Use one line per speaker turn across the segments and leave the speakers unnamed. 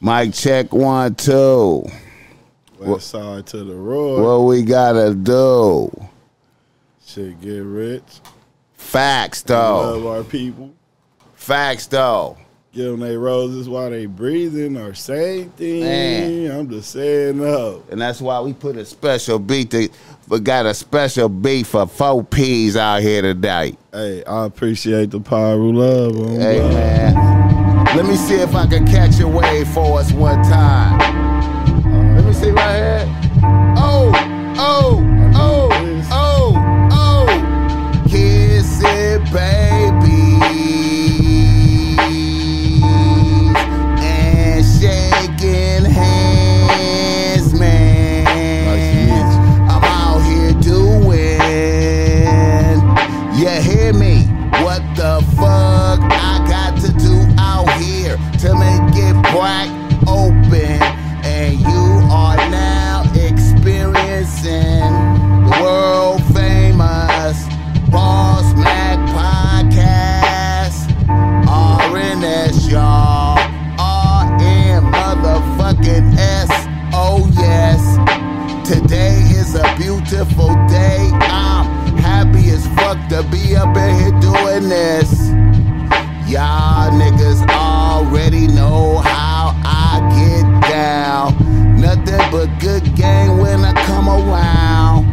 Mike check one, two.
West side to the road.
What we gotta do?
Shit, get rich.
Facts though.
Love our people.
Facts though.
Give them they roses while they breathing or same thing.
Man.
I'm just saying up.
And that's why we put a special beat to we got a special beat for four P's out here today.
Hey, I appreciate the power of love. homie.
Hey man. Let me see if I can catch a wave for us one time. Let me see right here. Oh, oh, oh, oh, oh. Kiss it, baby. And shaking hands, man. I'm out here doing. You hear me? What the fuck I got to do out here to make it black open? And you are now experiencing the world famous Boss Mac podcast. RNS, y'all. RM motherfucking S. Oh, yes. Today is a beautiful day. I'm happy as fuck to be up in here doing this. Y'all niggas already know how I get down. Nothing but good game when I come around.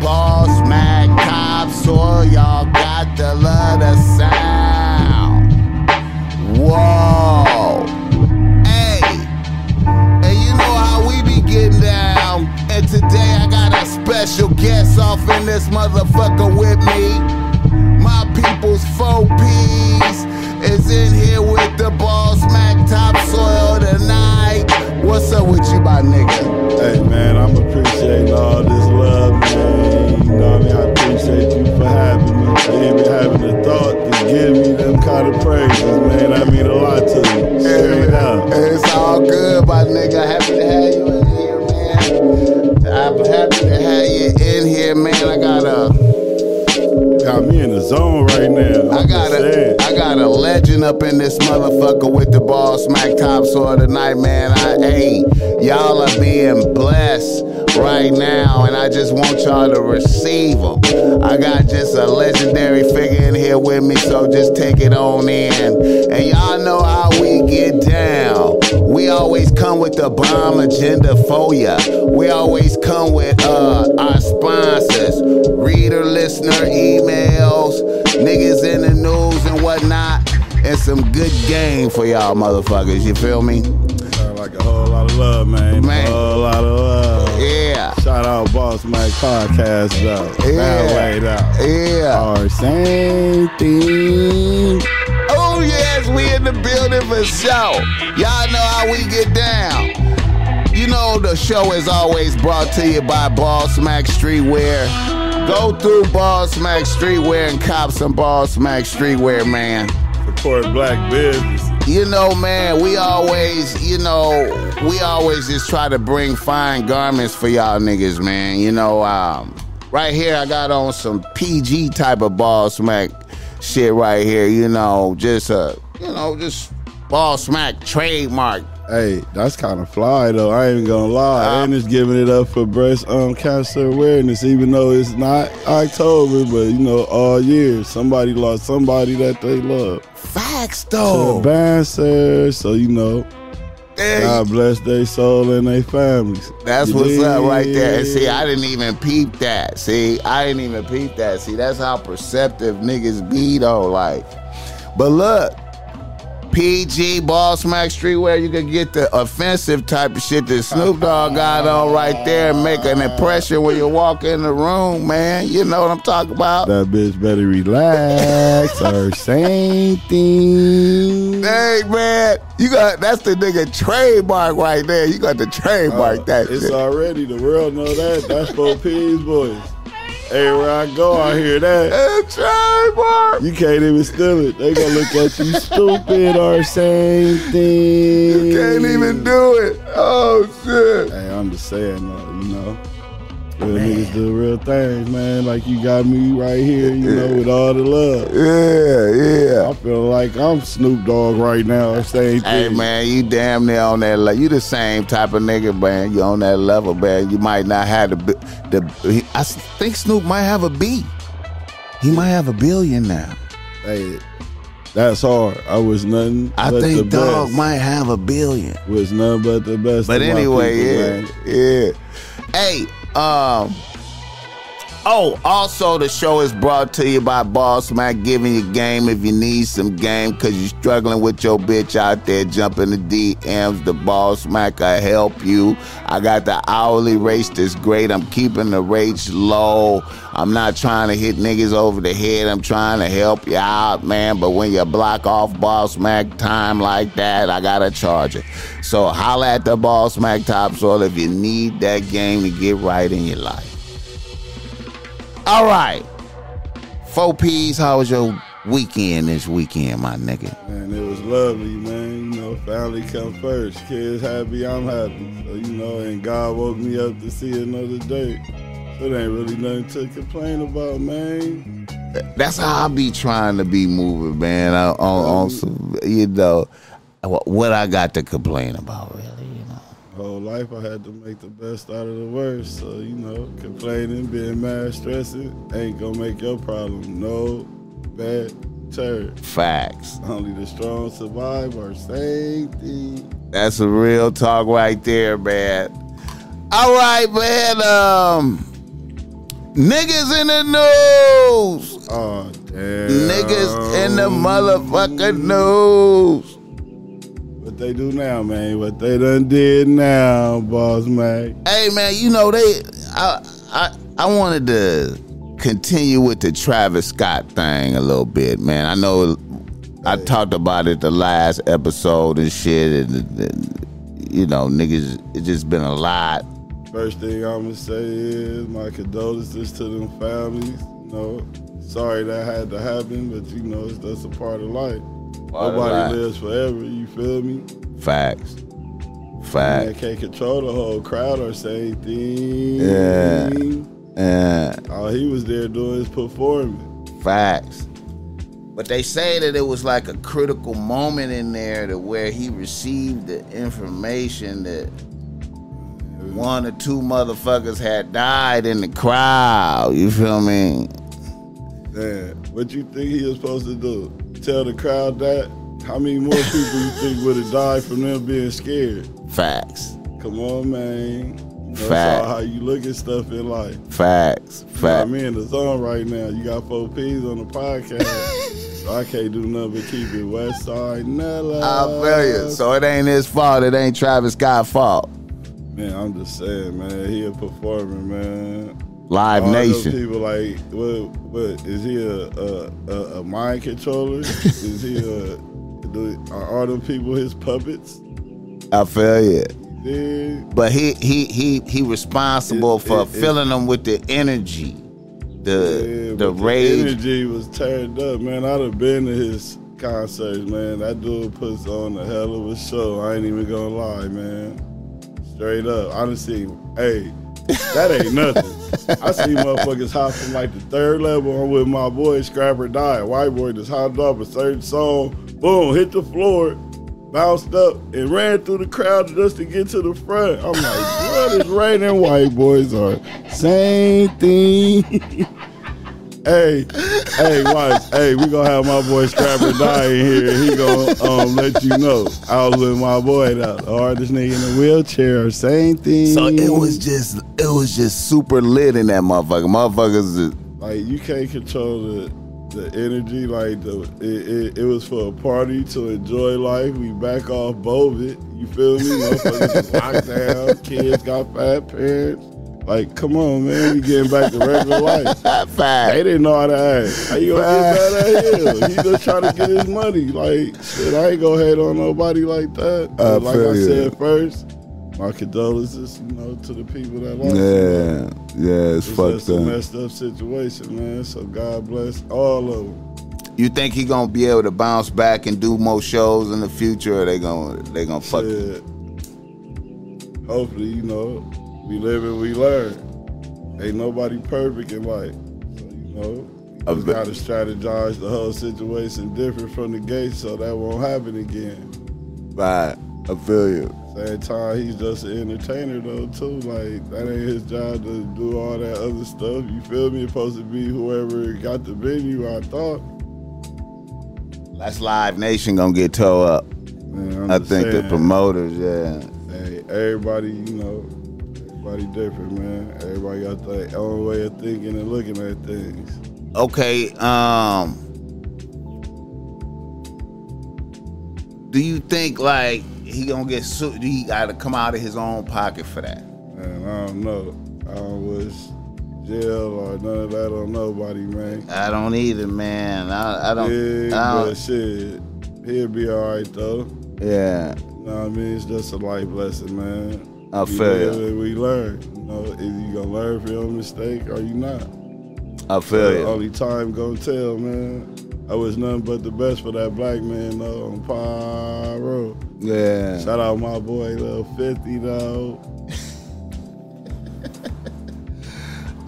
Boss Mac Cop Soil, y'all got to love the sound. Whoa. Hey, and you know how we be getting down. And today I got a special guest off in this motherfucker with me. My people's four P's is in here with the ball smack topsoil tonight. What's up with you, my nigga?
Hey man, I'm appreciating all this love, man. You know what I mean? I appreciate you for having me. Even having the thought to give me them kind of praises, man. I mean a lot to me. Straight up.
It's all good, my nigga. Happy to have you in here, man. I'm happy to have you in here, man. I got a,
Got me in the zone right now. I'm
I got
just
a,
saying.
I got a legend up in this motherfucker with the ball smack topsoil tonight, man. I hey, y'all are being blessed right now, and I just want y'all to receive them. I got just a legendary figure in here with me, so just take it on in. And y'all know how we get down. We always come with the bomb agenda for ya. We always come with uh, our sponsors, reader, listener, emails, niggas in the news and whatnot, and some good game for y'all motherfuckers. You feel me?
Sound like a whole lot of love, man.
Man.
A whole lot of love.
Yeah,
Shout out Boss Mike Podcast though.
Yeah.
That way though.
yeah.
Our same thing.
Oh yes, we in the building for show. Y'all know how we get down. You know the show is always brought to you by Ball Smack Streetwear. Go through Ball Smack Streetwear and cop some Ball Smack Streetwear, man.
Support black business.
You know, man, we always, you know, we always just try to bring fine garments for y'all niggas, man. You know, um, right here I got on some PG type of ball smack shit right here. You know, just uh, you know, just ball smack trademark.
Hey, that's kind of fly though. I ain't gonna lie.
Uh,
and it's giving it up for breast um cancer awareness, even though it's not October, but you know all year somebody lost somebody that they love.
Facts though.
Oh. The Banser, so you know,
Hey,
God bless their soul and their families.
That's
You
what's up right there. And
dig?
see, I didn't even peep that. See, I didn't even peep that. See, that's how perceptive niggas be though. Like, but look, PG Ball Smack Streetwear, you can get the offensive type of shit that Snoop Dogg got on right there and make an impression when you walk in the room, man. You know what I'm talking about?
that bitch better relax or same thing.
Dang, man, you got that's the nigga trademark right there. You got the trademark that
Uh, It's
shit.
already the world know that. That's for P's boys. Everywhere I go, I hear that.
It's trademark.
You can't even steal it. They gonna look at you stupid or same thing.
You can't even do it. Oh shit.
Hey, I'm just saying, though, you know. Real niggas do real things, man. Like you got me right here, you know, with all the love.
Yeah,
I feel like I'm Snoop Dogg right now. It's the same
Hey
thing.
man, you damn near on that level. You the same type of nigga, man. You on that level, man. You might not have the bi- the. he- I s- think Snoop might have a B. He might have a billion now.
Hey, that's hard. I was nothing.
I
but the
think Dog
best.
might have a billion.
was nothing but the best.
But
of my
anyway,
people,
yeah,
man.
yeah. Hey, um, oh, also the show is brought to you by Boss Mac, giving you game if you need some game because you're struggling with your bitch out there. Jump in the DMs, the Boss Mac will help you. I got the hourly rates that's great. I'm keeping the rates low. I'm not trying to hit niggas over the head. I'm trying to help you out, man. But when you block off Boss Mac time like that, I gotta charge it. So holla at the Boss Mac Topsoil if you need that game to get right in your life. All right. Four P's, how was your weekend this weekend, my nigga?
Man, it was lovely, man. You know, family come first. Kids happy, I'm happy. So, you know, and God woke me up to see another day. So there ain't really nothing to complain about, man.
That's how I be trying to be moving, man. I, on, on some, you know, wh- what I got to complain about, really, you know.
Whole life I had to make the best out of the worst. So, you know, complaining, being mad, stressing ain't gonna make your problem no bad turn.
Facts.
Only the strong survive or same thing.
That's a real talk right there, man. All right, man. Um, niggas in the news.
Oh damn.
Niggas in the motherfucking news.
What they do now, man? What they done did now, boss Mac?
Hey, man. You know they. I I I wanted to continue with the Travis Scott thing a little bit, man. I know I talked about it the last episode and shit, and, and you know niggas. It's just been a lot.
First thing I'ma say is my condolences to them families. You know, sorry that had to happen, but you know it's, that's a part of life.
Part of
Nobody
life.
lives forever. You feel me?
Facts.
Man
Facts.
can't control the whole crowd or say anything.
Yeah. Uh,
All he was there doing is performing.
Facts. But they say that it was like a critical moment in there to where he received the information that one or two motherfuckers had died in the crowd. You feel me?
Damn. What you think he was supposed to do? Tell the crowd that? How many more people you think would have died from them being scared?
Facts.
Come on, man. That's
Fact.
all how you look at stuff in life.
Facts.
I'm
Facts.
in the zone right now. You got four P's on the podcast. so I can't do nothing but keep it West Side Nella.
I feel you. So it ain't his fault. It ain't Travis Scott's fault.
man, I'm just saying, man. He a performer, man.
Live
All those
Nation.
people like, what? What is he a a, a, a mind controller? is he a? Do, are all them people his puppets?
I feel you.
Yeah.
but he he he he responsible
It-
for
it- it-
filling them with the energy, the
Yeah,
the
but
rage.
energy was turned up, man. I'd have been to his concerts, man. That dude puts on a hell of a show. I ain't even gonna lie, man. Straight up, I done seen. Hey, that ain't nothing. I see motherfuckers hop from like the third level. I'm with my boy Scrapper Die, white boy, just hopped off a certain song. Boom, hit the floor, bounced up, and ran through the crowd just to get to the front. I'm like, what is red and white boys are same thing. Hey, hey, watch. Hey, we gonna have my boy Scrapper die in here. He gonna um, let you know. I was with my boy, the hardest nigga in the wheelchair. Same thing.
So it was just it was just super lit in that motherfucker. Motherfuckers, is-
like you can't control the the energy. Like the it, it, it was for a party to enjoy life. We back off bovid. You feel me? Motherfuckers is locked down. Kids got fat parents. Like, come on, man. We getting back to regular life. They
fact.
didn't know how to act. How you gonna get mad at him? He just trying to get his money. Like shit, I ain't gonna hate on nobody like that.
I
But like
feel
I
you.
said first, my condolences, you know, to the people that lost.
Yeah, yeah, it's
It's
fucked
just a
up.
messed up situation, man. So God bless all of them.
You think he gonna be able to bounce back and do more shows in the future, or they gonna they gonna fuck?
Shit. Hopefully, you know, we live and we learn. Ain't nobody perfect in life. So, you know, you
bet.
gotta strategize the whole situation different from the gate so that won't happen again.
Right. I feel you.
Same time, he's just an entertainer though too. Like that ain't his job to do all that other stuff. You feel me? It's supposed to be whoever got the venue. I thought.
That's Live Nation gonna get tore up.
Man, I'm
I
just
think the
saying,
promoters, yeah.
Hey, everybody, you know, everybody different, man. Everybody got their own way of thinking and looking at things.
Okay, um Do you think like he gonna get sued? He gotta come out of his own pocket for that.
Man, I don't know. I don't wish jail or none of that on nobody, man.
I don't either, man. I, I don't.
Yeah,
I
but
don't
shit, he'll be all right though.
Yeah.
You know what I mean? It's just a life lesson, man.
I
We
feel ya.
live and We learn. You know, either you gonna learn from your mistake or you not.
I feel
The
you.
Only time gonna tell, man. I wish nothing but the best for that black man though on Pyro.
Yeah.
Shout out my boy Lil 50 though.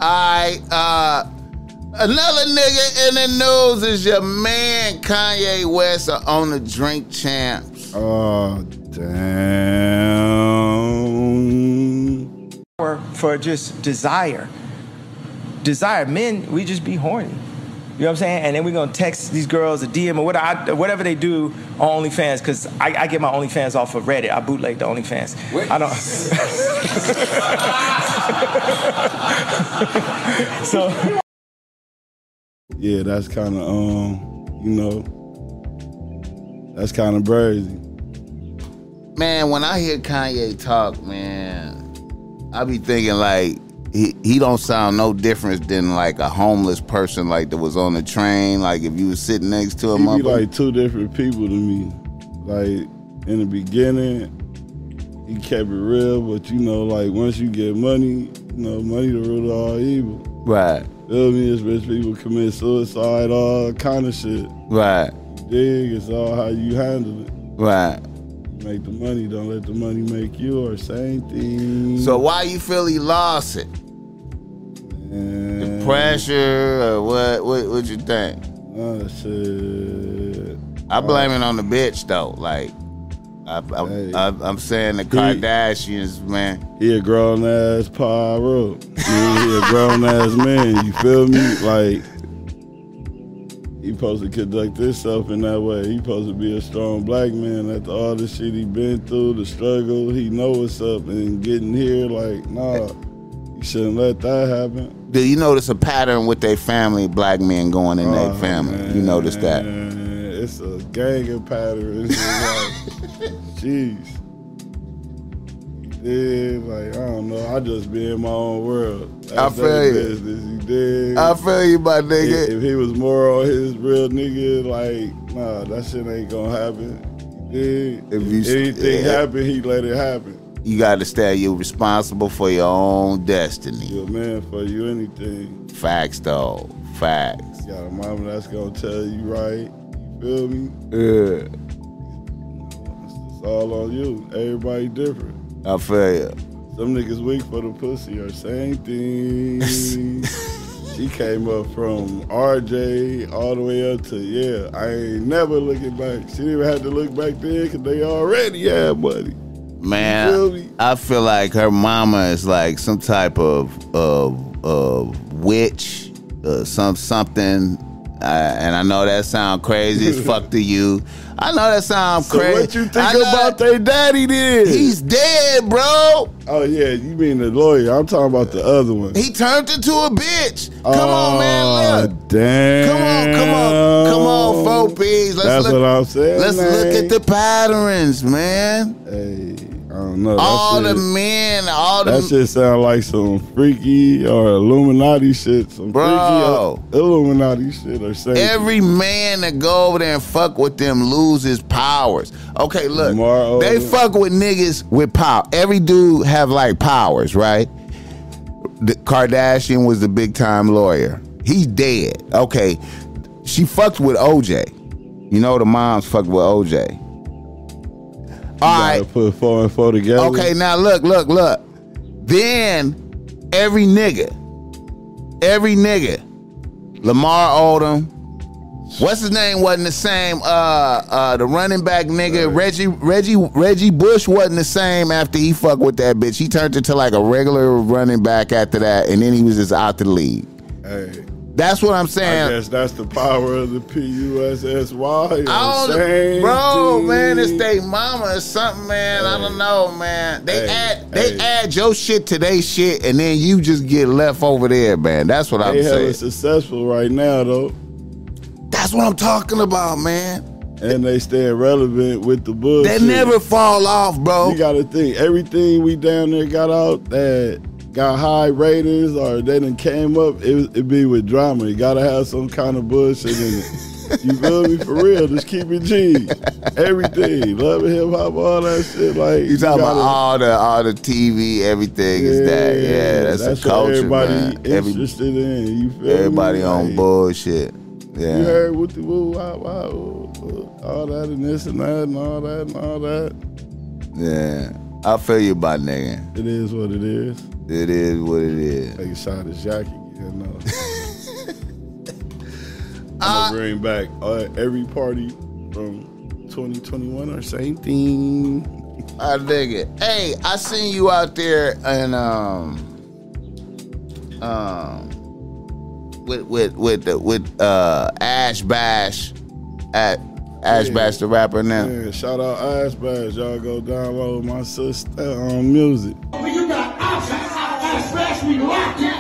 I uh, another nigga in the news is your man Kanye West uh, on the Drink Champs.
Oh damn.
for for just desire. Desire. Men, we just be horny. You know what I'm saying? And then we're gonna text these girls a DM or whatever, I, whatever they do on OnlyFans, because I, I get my OnlyFans off of Reddit. I bootleg the OnlyFans. I don't. so.
Yeah, that's kinda um, you know, that's kinda brazy.
Man, when I hear Kanye talk, man, I be thinking like he he don't sound no different than like a homeless person like that was on the train. Like if you was sitting next to
He
him,
be like two different people to me. Like in the beginning, he kept it real, but you know, like once you get money, you know, money the root of all evil.
Right.
Feel me? It's rich people commit suicide, all kind of shit.
Right.
Dig, it's all how you handle it.
Right.
You make the money, don't let the money make you or same thing.
so why you feel he lost it?
and,
Pressure or what? What, what you think?
Oh shit.
I blame it on the bitch though. Like I, I,
Hey.
I, I'm saying the Kardashians, man.
He a grown ass pyro. He, he a grown ass man. You feel me? Like he supposed to conduct himself in that way. He supposed to be a strong black man after all the shit he been through, the struggle. He know what's up and getting here. Like nah, you shouldn't let that happen.
Do you notice a pattern with their family? Black men going in their
Oh,
family. You
man,
notice that?
It's a gang of patterns. It's like, jeez. Yeah, like I don't know. I just be in my own world. That's
I feel
their
you.
Business, you dig?
I feel you, my
if,
nigga.
if he was more on his real nigga, like nah, that shit ain't gonna happen. You dig?
If you s-
anything
yeah.
happen, he let it happen.
You got to stay. You responsible for your own destiny.
You a man for you anything.
Facts though. Facts.
You got a mama that's gonna tell you right. You feel me?
Yeah.
It's it's all on you. Everybody different.
I feel you.
Some niggas weak for the pussy or same thing. she came up from RJ all the way up to yeah. I ain't never looking back. She didn't even have to look back then because they already had money. You feel me?
Man, I feel like her mama is like some type of of of witch, uh, some something. Uh, and I know that sound crazy as fuck to you. I know that sound
So
crazy.
what you think
I know that-
about they daddy then?
He's dead, bro.
oh yeah, you mean the lawyer? I'm talking about the other one.
He turned into a bitch. Come
Oh,
on, man. Look.
Damn.
Come on, come on, come on, four P's. Let's
That's
look.
what I'm saying.
Let's look
man.
at the patterns, man.
Hey, I don't know. That
all
shit-
the men, all the
That shit sound like some freaky or Illuminati shit. Some
Bro.
freaky Illuminati shit or something.
Every man that go over there and fuck with them loses powers. Okay, look,
Tomorrow.
they fuck with niggas with power. Every dude have like powers, right? The Kardashian was the big time lawyer. He's dead. Okay, she fucked with OJ. You know the moms fucked with OJ. All right,
gotta put four and four together.
Okay, now look, look, look. Then every nigga Every nigga, Lamar Odom. What's his name wasn't the same. Uh, uh, the running back nigga Reggie Reggie Reggie Bush wasn't the same after he fucked with that bitch. He turned into like a regular running back after that, and then he was just out the league.
Hey,
That's what I'm
I
saying.
guess that's the power of the PUSSY.
I don't-
Same
bro,
thing.
man, it's they mama or something, man. I don't know, man. They
Hey,
add they
hey.
add your shit to their shit, and then you just get left over there, man. That's what I'm
They hella
saying.
successful right now though,
That's what I'm talking about, man.
and they staying relevant with the
They
bullshit.
never fall off, bro.
You gotta think everything we down there got out that got high ratings or they done came up, it, was- it be with drama. You gotta have some kind of bullshit in it. You feel me? For real, just keep it G. Everything, love and hip hop, all that shit. Like
You talking about
gotta-
all the all the TV, everything is that. Yeah, that's, a
what
culture,
everybody
man. Every-
interested in. You feel
Everybody
me?
on
Like,
bullshit.
You
Yeah.
heard what the woo, wah, wah, ooh, ooh, all that and this and that and all that and all that.
Yeah. I feel you, my nigga.
It is what it is.
It is what it is.
Take a shot at Jackie, you know. I'm gonna bring back uh, every party from 2021 or same thing.
I dig it. Hey, I seen you out there and um um with with with the, with uh Ash Bash at Ash
Yeah.
Bash the rapper now.
Yeah, shout out Ash Bash. Y'all go download my sister on music.
When you got options, that's fast we lock it.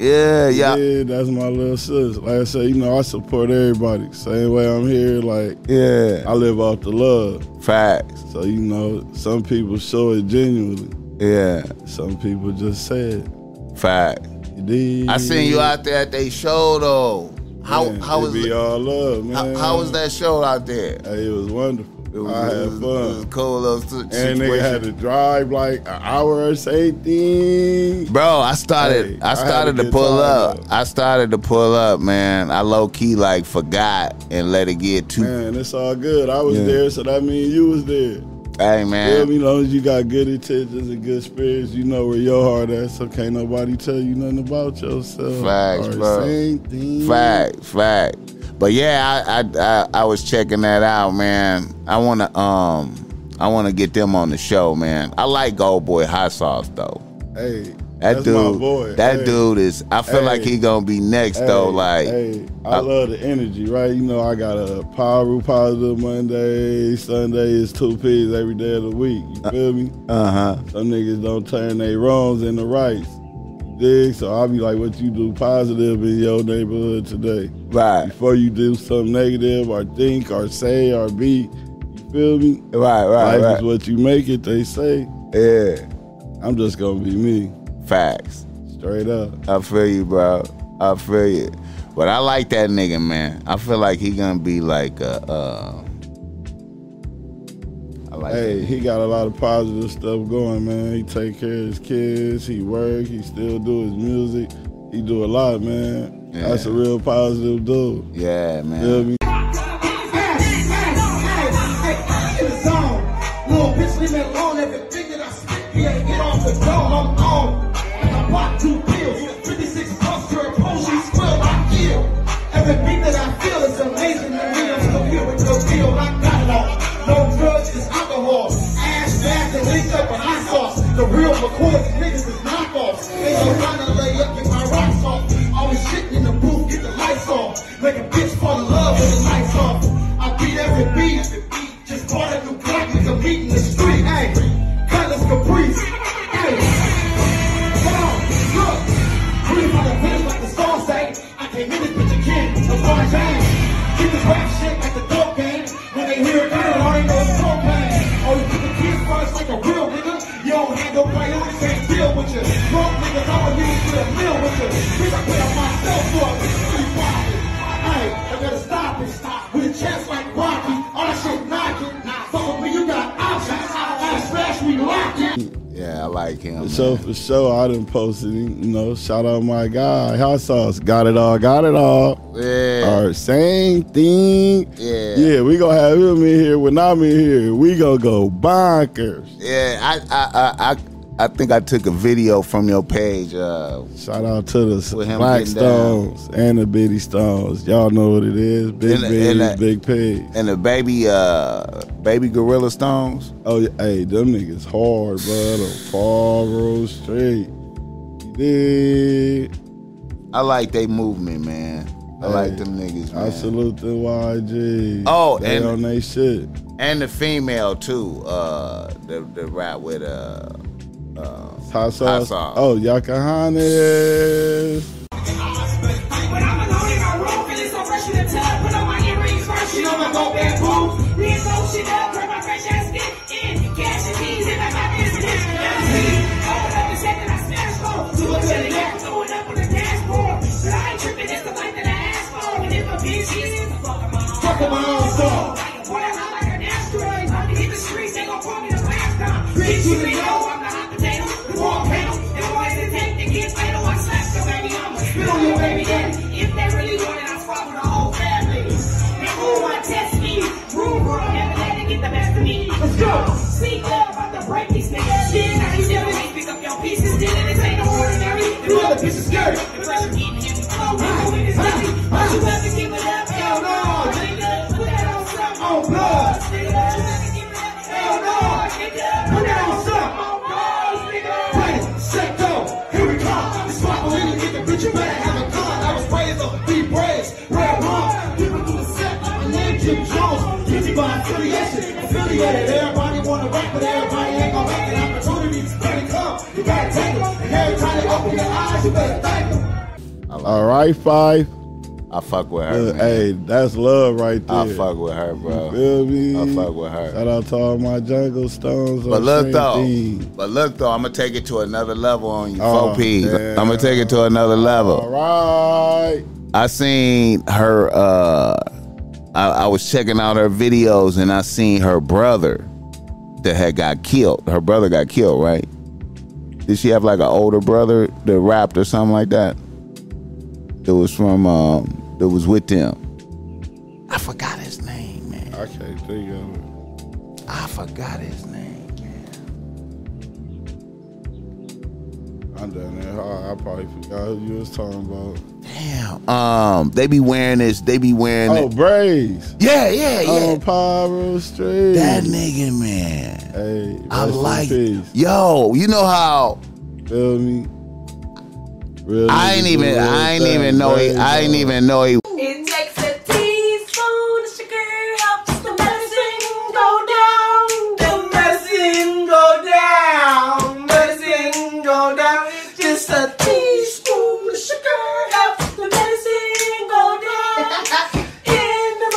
Yeah, yeah.
Yeah, that's my little sis. Like I said, you know, I support everybody. Same way I'm here, like
Yeah.
I live off the love.
Facts.
So you know, some people show it genuinely.
Yeah.
Some people just say it.
Fact.
You dig?
I seen you out there at they show though. How
Yeah,
how
it
was
be all love,
how,
man?
how was that show out there?
Hey, it was wonderful.
It was,
I had
it was-
fun.
It was cool little si-
and they
situation.
had to drive like an hour or something.
Bro, I started
Hey, I
I
had a
started to
good
pull
time,
up.
though.
I started to pull up, man. I low key like forgot and let it get too
Man, it's all good. I was there, so that means you was there.
Hey
Feel
man.
me? As long as you got good intentions and good spirits, you know where your heart at, so can't nobody tell you nothing about yourself.
Facts,
or
bro.
Same thing.
Fact, fact. But yeah, I, I I I was checking that out, man. I wanna um I wanna get them on the show, man. I like old boy hot sauce though.
Hey,
That
that's
dude
my boy.
that
Hey,
dude is I feel
Hey.
like he gonna be next though,
hey,
like uh,
hey, I,
I-
love the energy, right? You know, I got a power positive Monday, Sunday is two P's every day of the week.
Uh,
You feel me?
Uh-huh.
Some niggas don't turn their wrongs into rights. Dig? So I'll be like, what you do positive in your neighborhood today?
Right.
Before you do something negative or think or say or be, you feel me?
Right,
Life
right,
is
right.
what you make it, they say.
Yeah.
I'm just gonna be me,
Facts.
straight up.
I feel you, bro. I feel you.
But I like that nigga, man. I feel like he gonna be like uh uh I like
Hey, he got a lot of positive stuff going, man. He take care of his kids, he work, he still do his music. He do a lot, man. That's a real positive dude.
Yeah, man.
Feel me?
Little bitch, leave me alone. Everything that I spit, yeah, get off the dome. I'm on. I bought two pills, 56 bucks for a police quill. I kill. Every beat that I feel is amazing to me. I'm still here with no deal. I got it all. No drugs, just alcohol. Ass, bags, and linked up with hot sauce. The real McCoy niggas is knockoffs. They gon' tryna lay up, get my rocks off. Always shitting in the booth, get the lights off. Make a bitch fall in love with the lights off. I beat every beat. Just bought a new block, nigga meet in the street. Hey, colors caprice. Hey, come on, look. Breathe by the pen like the song say. I came in this bitch again, LeBron James. Keep this rap shit like the dope game. When they hear it, they already know it's propane. Oh, you keep the kids first like a real nigga. You don't have no priorities, can't deal with you. Broke niggas, I'ma use for a meal with you. Bitch, I pay on myself for a bitch, free profit. Hey, I gotta stop it. Stop. With a chest like Rocky, all that shit knocking. Fuck with me, you got options. I smash, we lock it.
Yeah, I like him.
So
man.
for sure, I done posted. You know, shout out my guy, Hot Sauce. Got it all, got it all.
yeah,
All right, same thing.
Yeah.
yeah. We gonna have him in here when I'm in here. We gonna go bonkers.
yeah. I, I, I, I, I think I took a video from your page. Uh,
Shout out to the
With him
Black
getting down.
Stones and the Biddy Stones. Y'all know what it is. Big
And the-
Biddy,
and the-
Big Pig.
and the baby, uh, baby Gorilla Stones.
Oh, yeah, hey, them niggas hard, bro. On Faro Street. You dig?
I like they movement, man. I like
Hey,
them niggas, man.
I salute the YG.
Oh,
they
and-
on they shit.
And the female too. Uh, the the rap with uh,
Hot sauce.
sauce.
Oh, Yakahanis.
When I'm alone in my room, feeling so fresh in the tub, put on my earrings first, you know my gold band boom. Being so shit up, turn my fresh ass dick in, cash and keys in my pocket is rich. Never see, open up the second I smash for, to a billionaire, throwing up on the dashboard. But I ain't tripping, it's the life that I asked for, and if a bitch is, fuck 'em all. Fuck 'em all, fuck. Boy, I hot like an asteroid, about to hit the streets, they gon' call me the last time. Bitch, you know I'm the hot potato, the volcano, and boys that take to get fatal, I slash the baby mama, spit on your baby daddy. If they really want it, I swallow the whole family. Now who want to test me? Room for them, never let it get the best of me. Let's go. See, they're about to break these niggas. Shit, now you never need pick up your pieces. Then this ain't no ordinary. You other pieces scary. The pressure keeping you controlled. You doing this nothing. But you have to give it up. Hell no. Nigga, put that on something. On blood. Nigga, but you have to give it up. Hell no. Nigga, put that on something. On blood, nigga. Tight, set, go. Here we come. This my believe it. Get the bitch, you better have a gun. I was raised on be praised. Red wrong. People do the set. My name Jim Jones. Guilty by affiliation. Affiliated. Everybody wanna rap, but everybody ain't gonna make it. Opportunities gonna come. You gotta take them. And every time they open their eyes, you better thank them.
All right, Five.
I fuck with her.
Look,
man.
hey, that's love right there.
I fuck with her, bro.
Feel me?
I fuck with her.
Shout out to all my jungle stones.
But
on
look
Train
though,
Team.
but look though, I'm gonna take it to another level on you,
Oh,
four P's.
damn.
I'm gonna take it to another
All
level.
right.
I seen her. uh I, I was checking out her videos, and I seen her brother that had got killed. Her brother got killed, right? Did she have like an older brother that rapped or something like that? That was from um, that was with them. I forgot his name, man.
I can't think of it.
I forgot his name, man.
I'm done there. I, I probably forgot who you was talking about.
Damn. Um, they be wearing this. They be wearing.
Oh,
it.
Braves.
Yeah, yeah, yeah.
On Pyro Street.
that nigga, man.
Hey,
I
rest in
like.
peace.
Yo, you know how
Feel me? Real
I
niggas
ain't
do
even.
real
I ain't
things,
even know he.
Braves,
I ain't
dog.
even know he.
It takes a teaspoon of sugar, helps the medicine go down. The medicine go down, medicine go down. Just a teaspoon of sugar helps the medicine go down. In the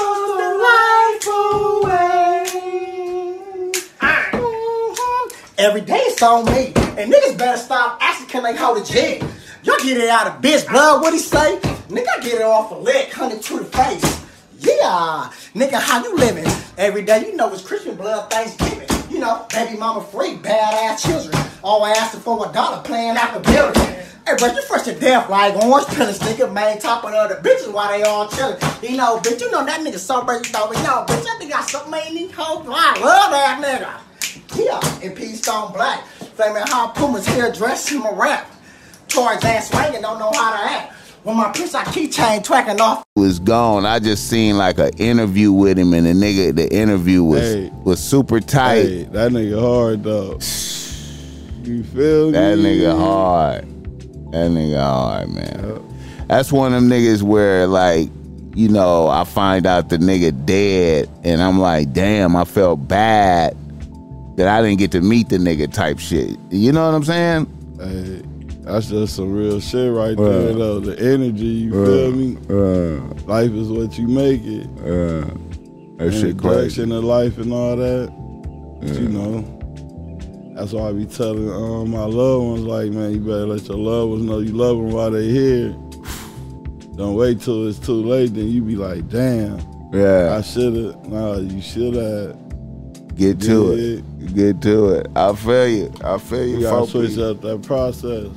most delightful way.
Every day it's on me. And niggas better stop asking, can they hold a jig? Y'all get it out of bitch blood, what he say? Nigga, I get it off a leg, hundred to the face. Yeah, nigga, how you living? Every day, you know it's Christian blood Thanksgiving. You know, baby mama free, badass children. All asking for a dollar, playing out the building. Hey, bro, you fresh to death like orange pillars, nigga. Man, top of the other bitches while they all chilling. You know, bitch, you know that nigga so brave, you know, but no, bitch, that nigga got something in these hoes. I love that nigga. Yeah, and P Stone Black. Flaming hot Puma's hair dressed him a rap. Towards ass swinging, don't know how to act. When my piss, I keychain twacking off.
Was gone. I just seen like an interview with him, and the nigga, the interview was
Hey.
was super tight.
Hey, that nigga hard though. You feel me?
That nigga hard. That nigga hard, man. That's one of them niggas where like, you know, I find out the nigga dead and I'm like, damn, I felt bad that I didn't get to meet the nigga type shit. You know what I'm saying?
Hey, that's just some real shit right
Bruh.
there though. The energy, you feel me? Life is what you make it.
that
and the direction of life and all that. You know. That's why I be telling um, my loved ones, like, man, you better let your loved ones know you love them while they here. Don't wait till it's too late, then you be like, damn, I
Yeah.
shoulda. Nah, you shoulda.
Get to it. Get to it. I feel you. I feel
You
you,
gotta
folk.
switch
P.
up that process.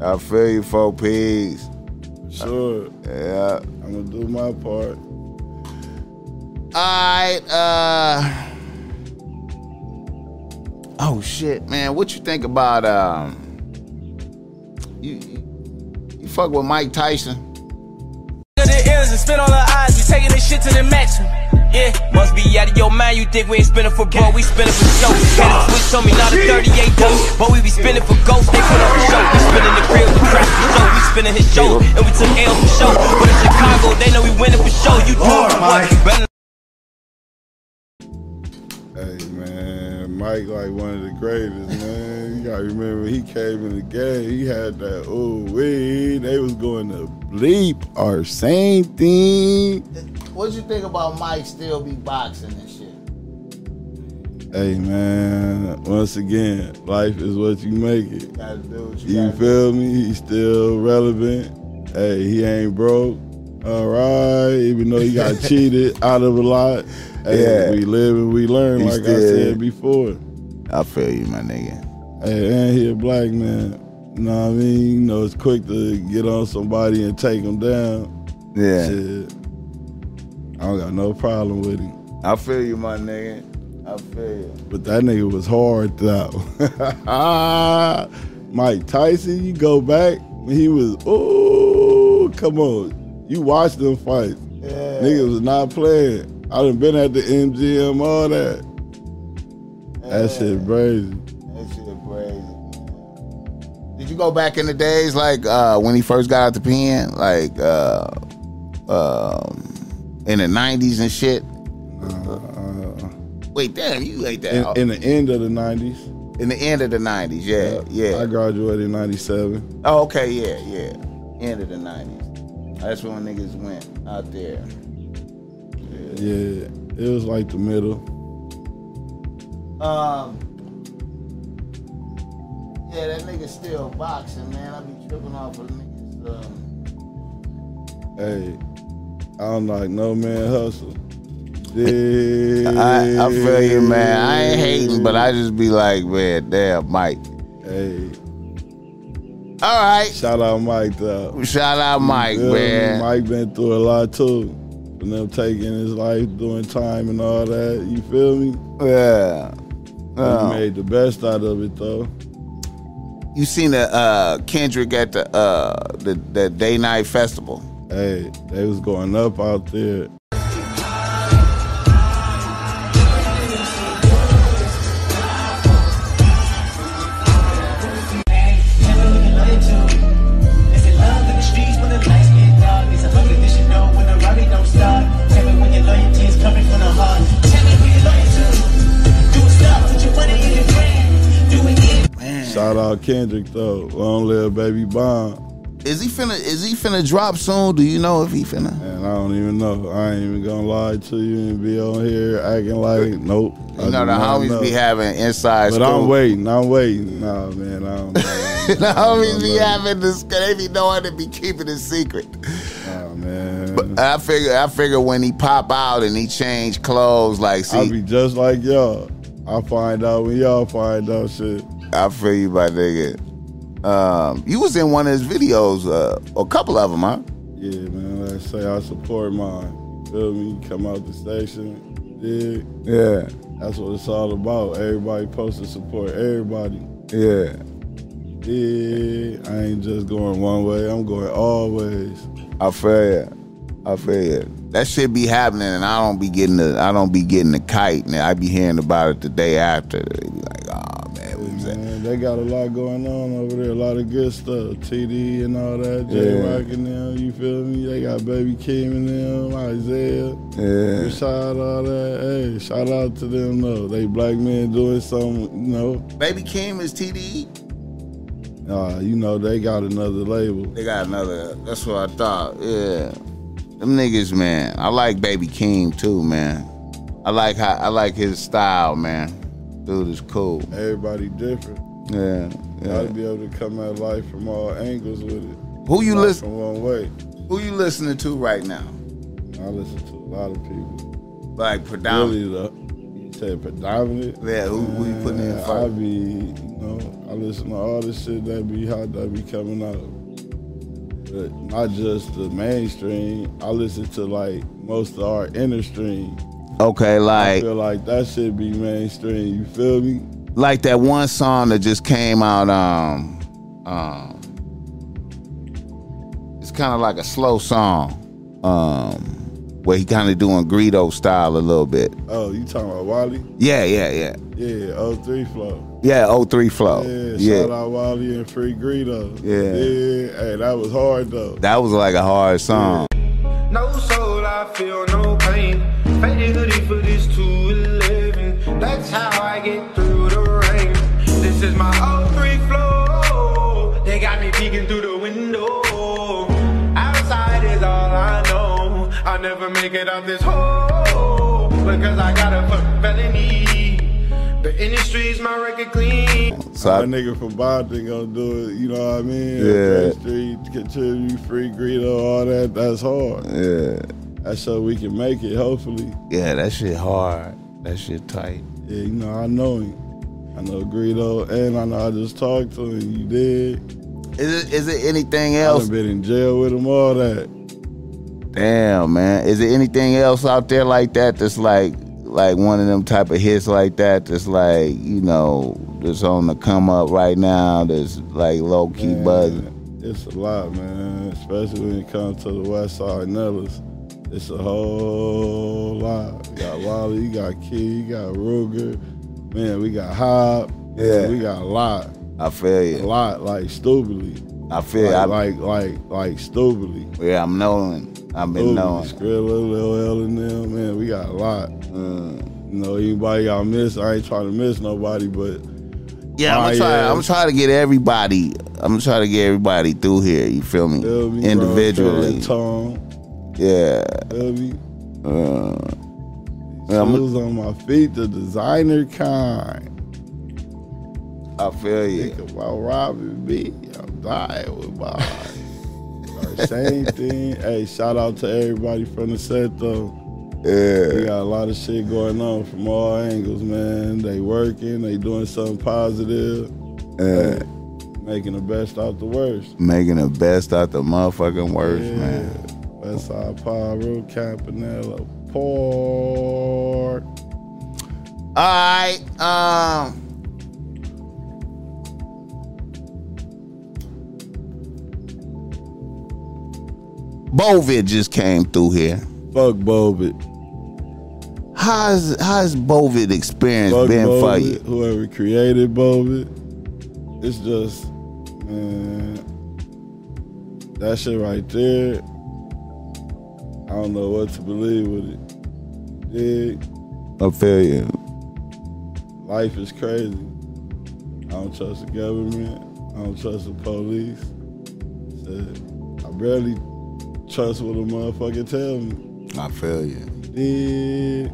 I feel you, folk. Peace.
Sure.
Yeah.
I'm gonna do my part.
All right. Uh. Oh shit, man. What you think about um? You you- you fuck with Mike Tyson?
to the ears and spit on her eyes. We taking this shit to the maximum. Yeah, must be out of your mind. You think we ain't spinning for bro? We spinning for show. Had a switch on me, not a 38 dose. But we be spinning for ghosts. They put on a show. We spinning the crib with crap for show. We spinning his show, and we took L for show. But in Chicago, they know we winning for show. You
Lord,
doing what?
Mike.
You better
Hey man, Mike like one of the greatest, man. You gotta remember he came in the game, he had that ooh wee, they was going to bleep or same thing.
What you think about Mike still be boxing and shit?
Hey man, once again, life is what you make it.
Gotta do what you,
You
gotta do.
feel me? He's still relevant. Hey, he ain't broke. All right, even though he got cheated out of a lot. Hey,
Yeah.
we live and we learn,
He
like I
still-
said before.
I feel you, my nigga.
Hey, and he a black man. You know what I mean? You know, it's quick to get on somebody and take them down.
Yeah.
Shit. I don't got no problem with him.
I feel you, my nigga. I feel you.
But that nigga was hard though. Mike Tyson, you go back when he was, oh, come on. You watched them fight.
Yeah.
Niggas was not playing. I done been at the MGM, all that. That shit crazy.
That shit crazy.
Did you go back in the days like uh, when he first got out the pen, like uh, um, in the nineties and shit? Wait, damn, you ain't that old. in,
Uh, In, in the end of the 90s.
the end of the nineties. Yeah, yeah.
I graduated in 97.
Oh, okay, yeah, yeah. End of the nineties. That's when niggas went out there.
Yeah, it was like the middle.
Um, yeah, that nigga still boxing, man. I be tripping off of niggas. Um,
Hey, I don't like no man hustle. Dig.
I, I feel you, man. I ain't hating, but I just be like, man, damn, Mike.
Hey,
All right,
shout out Mike though.
shout out Mike,
Feel me?
man.
Mike been through a lot too. And them taking his life, doing time and all that. You feel me?
Yeah. Oh.
He made the best out of it though.
You seen the uh, Kendrick at the uh, the, the day night festival?
Hey, they was going up out there. Shout out Kendrick though. Long live baby bomb.
Is he finna is he finna drop soon? Do you know if he finna?
And I don't even know. I ain't even gonna lie to you and be on here acting like nope. I
You know
do
the
not
homies
know.
be having inside
But
scoop.
I'm waiting. I'm waiting. Nah, man. I don't know. I
the
don't
homies
know.
be having this they be knowing to be keeping it secret.
Nah, man.
I figure I figure when he pop out and he change clothes, like see
I be just like y'all. I find out when y'all find out shit.
I feel you my nigga. Um, you was in one of his videos, uh, a couple of them, huh?
Yeah, man. Like I say, I support mine. You feel me? Come out the station. Dig?
Yeah,
That's what it's all about. Everybody supposed to support everybody.
yeah.
Dig? I ain't just going one way. I'm going always.
I feel you. I feel you. That shit be happening, and I don't be getting the I don't be getting the kite, and I be hearing about it the day after. They be like, oh man, we was at-"
Man, they got a lot going on over there, a lot of good stuff. TD and all that, J
Yeah.
Rock and them, you feel me? They got Baby Kim and them, Isaiah,
yeah,
Rashad, all that. Hey, shout out to them, though. They black men doing something, you know.
Baby Kim is E? TDE.
Nah, you know, they got another label.
They got another. That's what I thought. Yeah, them niggas, man. I like Baby Kim too, man. I like how I like his style, man. Dude is cool.
Everybody different.
Yeah,
Gotta
yeah.
be able to come at life from all angles with it.
Who you
Not
listen?
From one way.
Who you listening to right now?
I listen to a lot of people.
Like predominantly.
Really, though. said predominant.
Yeah, who- who you putting in
Yeah,
first?
I be, you know, I listen to all the shit that be hot that be coming out. But not just the mainstream. I listen to like most of our inner stream.
Okay,
I
like
feel like that should be mainstream. You feel me?
like that one song that just came out. Um, um, it's kind of like a slow song, um, where he kind of doing Greedo style a little bit.
Oh, you talking about Wally?
Yeah, yeah, yeah,
Yeah, oh three flow.
yeah. 03 flow.
Yeah,
Oh, Yeah,
shout out Wally and Free Greedo.
Yeah.
yeah. Hey, that was hard though.
that was like a hard song.
No soul, I feel no pain. Faded hoodie for this 211. That's how I get through the rain. This is my old free flow. They got me peeking through the window. Outside is all I know. I'll never make it out this hole. Because I got a fucking felony. The industry's my record clean.
So
My
I,
nigga from Boston gonna do it, you know what I mean?
Yeah.
Free Street, contribute, free Greedo, all that, that's hard.
yeah,
That's so we can make it, hopefully.
yeah, that shit hard. That shit tight.
Yeah, you know, I know him. I know Greedo, and I know I just talked to him, you did.
Is it, is it anything
I
else?
done been in jail with him, all that.
Damn, man. Is there anything else out there like that that's like like one of them type of hits like that that's like, you know, that's on the come up right now, that's like low key
Man,
buzzing.
It's a lot, man, especially when it comes to the West Side Nellis. It's a whole lot. You got Wally, you got Key, you got Ruger. Man, we got Hop.
Yeah.
We got a lot.
I feel
a
you.
lot, like stupidly,
I feel you. I,
like, like like like stupidly.
yeah, I'm knowing. I've been
Stupidly.
knowing.
Skrilla, Lil L and them, man, we got a lot.
Mm.
You know, anybody y'all miss, I ain't trying to miss nobody, but
Yeah, I'm
Oh,
gonna try
yeah.
I'm gonna try to get everybody I'm gonna try to get everybody through here, you feel me?
feel me, bro,
Individually.
Fat Tom,
Yeah.
feel me.
Uh, I'm-
Shoes on my feet, the designer kind.
I feel you.
Think about Robin B. I'm dying with my eyes. Like, Same thing. Hey, shout out to everybody from the set though. We
Yeah.
got a lot of shit going on from all angles, man. They working, they doing something positive,
Uh,
making the best out the worst.
making the best out the motherfucking worst, man.
That's our Pyro Campanella Port.
All right. Um. Bovid just came through here.
Fuck Bobit.
How's how's Bovid experience
Fuck
been for
Bobit.
you?
Whoever created Bobit. It's just, man, that shit right there. I don't know what to believe with it. Dig?
I feel you.
Life is crazy. I don't trust the government. I don't trust the police. Shit, I barely trust what a motherfucker tell me.
I feel you.
Dig?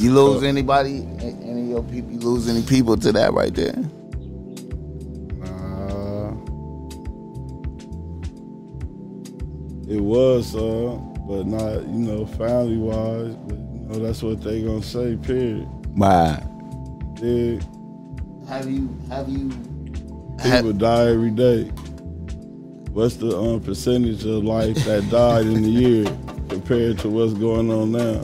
You lose anybody? a- Any of your people? You lose any people to that right there?
Nah. It was, uh, but not, you know, family wise. But you know, that's what they gonna say. Period.
Why?
Dig?
Have you? Have you?
People die every day. What's the um, percentage of life that died in the year compared to what's going on now?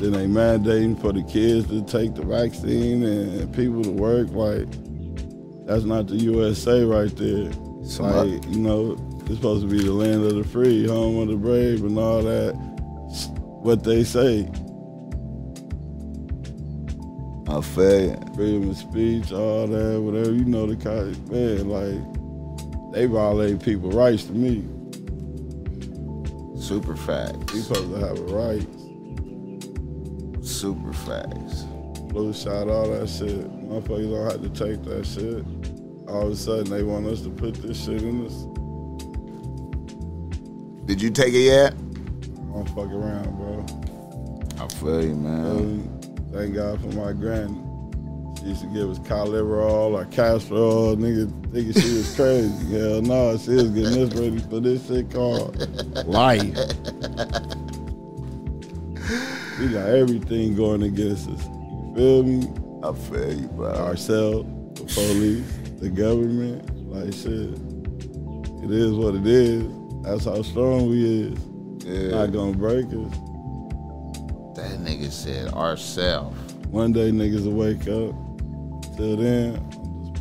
Then they mandating for the kids to take the vaccine and people to work. Like, that's not the USA right there.
So
Like, you know, it's supposed to be the land of the free, home of the brave, and all that. S- What they say,
I feel you.
freedom of speech, all that, whatever. You know, the kind, man, like, they violate people's rights to me.
Super
You
facts.
supposed to have a right.
Super facts.
Blue shot, all that shit. Motherfuckers don't have to take that shit. All of a sudden, they want us to put this shit in us.
Did you take it yet?
I don't fuck around, bro.
I feel you, man.
Um, thank God for my granny. She used to give us Caliberol or Castrol. Nigga, nigga, she was crazy. Hell no, she was getting this ready for this shit called life. We got everything going against us. You Feel me?
I feel you, bro.
Ourselves, the police, the government, like shit. It is what it is. That's how strong we is.
Yeah.
Not gonna break us.
That nigga said ourself.
One day niggas will wake up. Till then,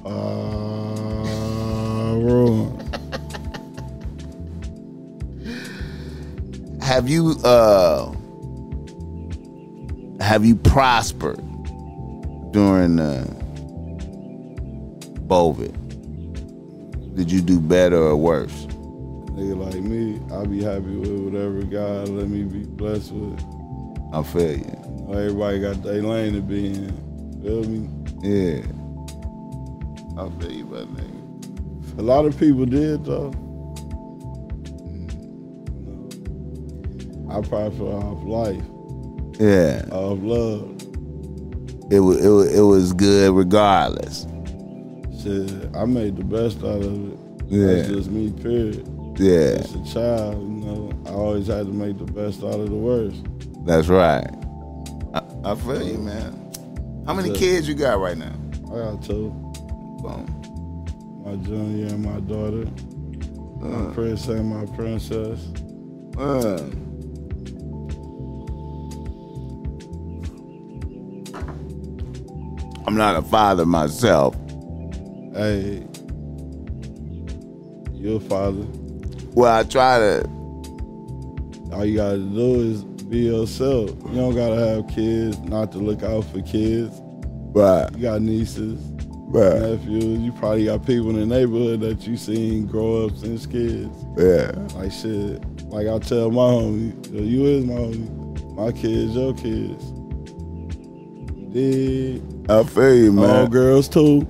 I'm just powering.
Have you uh have you prospered during uh COVID? Did you do better or worse?
Nigga like me, I be happy with whatever God let me be blessed with.
I feel you.
You know, Everybody got their lane to be in. Feel me?
Yeah. I feel you, but nigga.
A lot of people did though. I profit off life,
Yeah.
off love.
It was it was, it was good regardless.
Shit, I made the best out of it. That's
Yeah.
just me, period.
Yeah.
As a child, you know, I always had to make the best out of the worst.
That's right. I, I feel you, man. How many
Yeah.
kids you got right now?
I got two,
Boom.
my junior and my daughter, my prince and my princess.
Uh, I'm not a father myself.
Hey, you a father.
Well, I try to.
All you gotta do is be yourself. You don't gotta have kids, not to look out for kids.
Right,
You got nieces,
right,
nephews. You probably got people in the neighborhood that you seen grow up since kids.
yeah,
Like shit. Like I tell my homie, yo, you is my homie. My kids, your kids. Dig.
I feel you,
All
man.
girls too.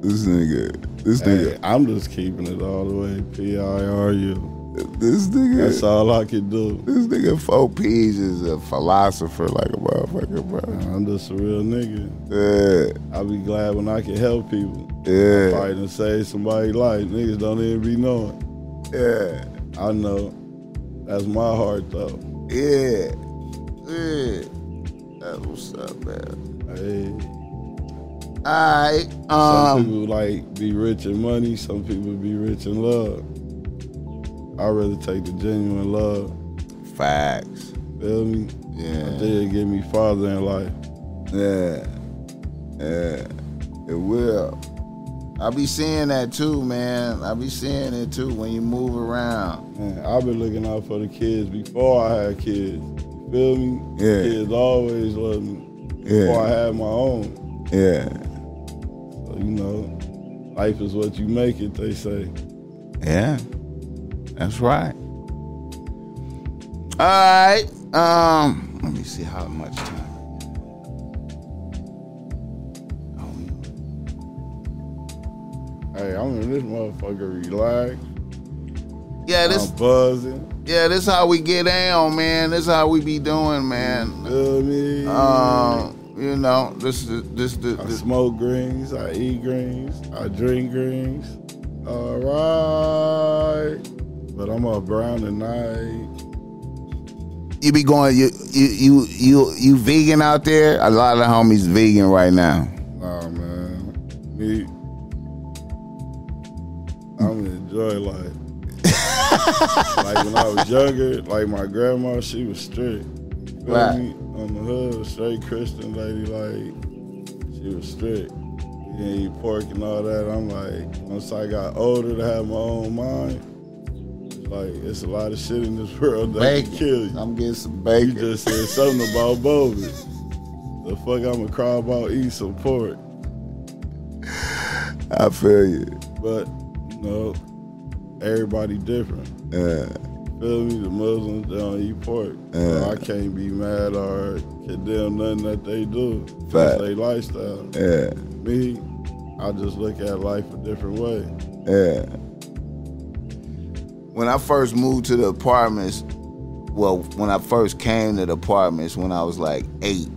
this nigga, this
Hey,
nigga,
I'm just keeping it all the way. P I R U.
this
That's
nigga,
all I can do.
this nigga, four P's is a philosopher like a motherfucker, bro.
I'm just a real nigga.
Yeah,
I be glad when I can help people.
yeah,
Fight and save somebody's life. Niggas don't even be knowing.
yeah,
I know. That's my heart though.
yeah, yeah. That's what's up, man.
Hey.
All right,
Some
um,
people like be rich in money, some people be rich in love. I rather take the genuine love.
facts.
Feel me?
Yeah.
They'll give me father in life.
Yeah. Yeah. It will. I be seeing that too, man. I be seeing it too when you move around.
Man, I've been looking out for the kids before I had kids. You Feel me?
Yeah.
Kids always loved me.
Yeah.
Before I had my own.
Yeah.
So, you know, life is what you make it, they say.
Yeah. That's right. All right. Um, let me see how much time. Oh,
Hey, I'm in this motherfucker relaxed.
Yeah, this
I'm buzzing.
yeah, this how we get down, man. This how we be doing, man.
Feel me?
Um, you know, this is this this,
I
this
smoke greens, I eat greens, I drink greens. Alright. But I'm all brown tonight.
you be going you you you you you vegan out there a lot of homies vegan right now
Nah man. Me I'm gonna enjoy life. like when I was younger, like my grandma, she was strict. Feel
Right.
me? On the hood, straight Christian lady, like she was strict. We didn't eat pork and all that. I'm like, once I got older to have my own mind, it's like it's a lot of shit in this world that can kill you.
i'm getting some
You
bacon
just said something about bovis. The fuck I'ma cry about eating some pork.
i feel you
But you know, everybody different.
yeah
Feel me? The Muslims they don't eat pork.
Yeah.
So I can't be mad or condemn nothing that they do.
Fact.
That's their lifestyle.
yeah
Me, I just look at life a different way.
yeah uh. when i first moved to the apartments well when i first came to the apartments when i was like eight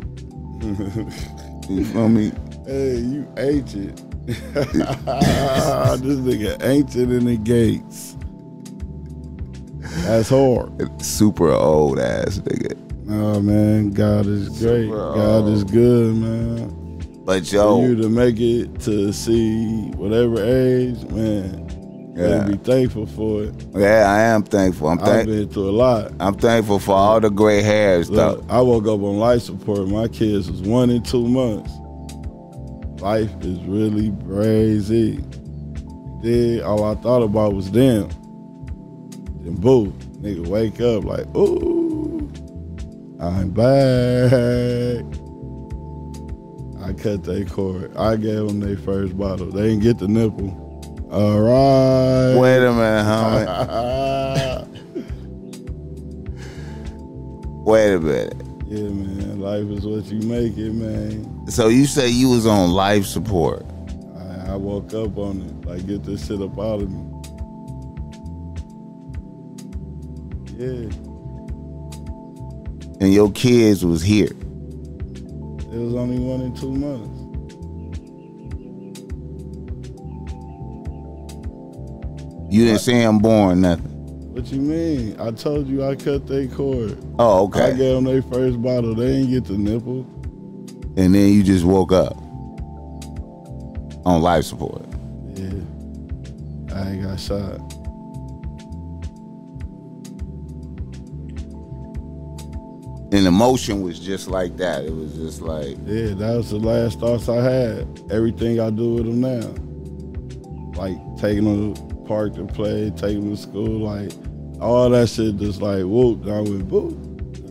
you feel me
Hey, you ancient. this nigga ancient in the gates. That's hard.
super old ass nigga
No man, God is great. God
um,
is good, man.
But
for
yo,
you to make it to see whatever age, man.
Yeah.
Gotta be thankful for it.
yeah, I am thankful. I'm
I've
thank
been through a lot.
I'm thankful for all the gray hairs
Look,
though.
I woke up on life support. My kids was one and two months. Life is really crazy. Then all I thought about was them. Then boom, nigga wake up like, ooh, I'm back. I cut their cord. I gave them their first bottle. They didn't get the nipple. All right.
Wait a minute, homie.
yeah,
Wait a minute.
man. Life is what you make it, man.
So you say you was on life support.
I, I woke up on it. Like, get this shit up out of me. Yeah,
And your kids was here.
it was only one in two months.
You didn't see them born, nothing.
What you mean? I told you I cut their cord.
Oh,
I
okay.
gave them their first bottle. They ain't get the nipple.
And then you just woke up on life support.
Yeah, I ain't got shot.
And the motion was just like that. It was just like,
Yeah, that was the last thoughts I had. Everything I do with them now, like taking them to the park to play, taking them to school, like all that shit. Just like whoop, and I went boop.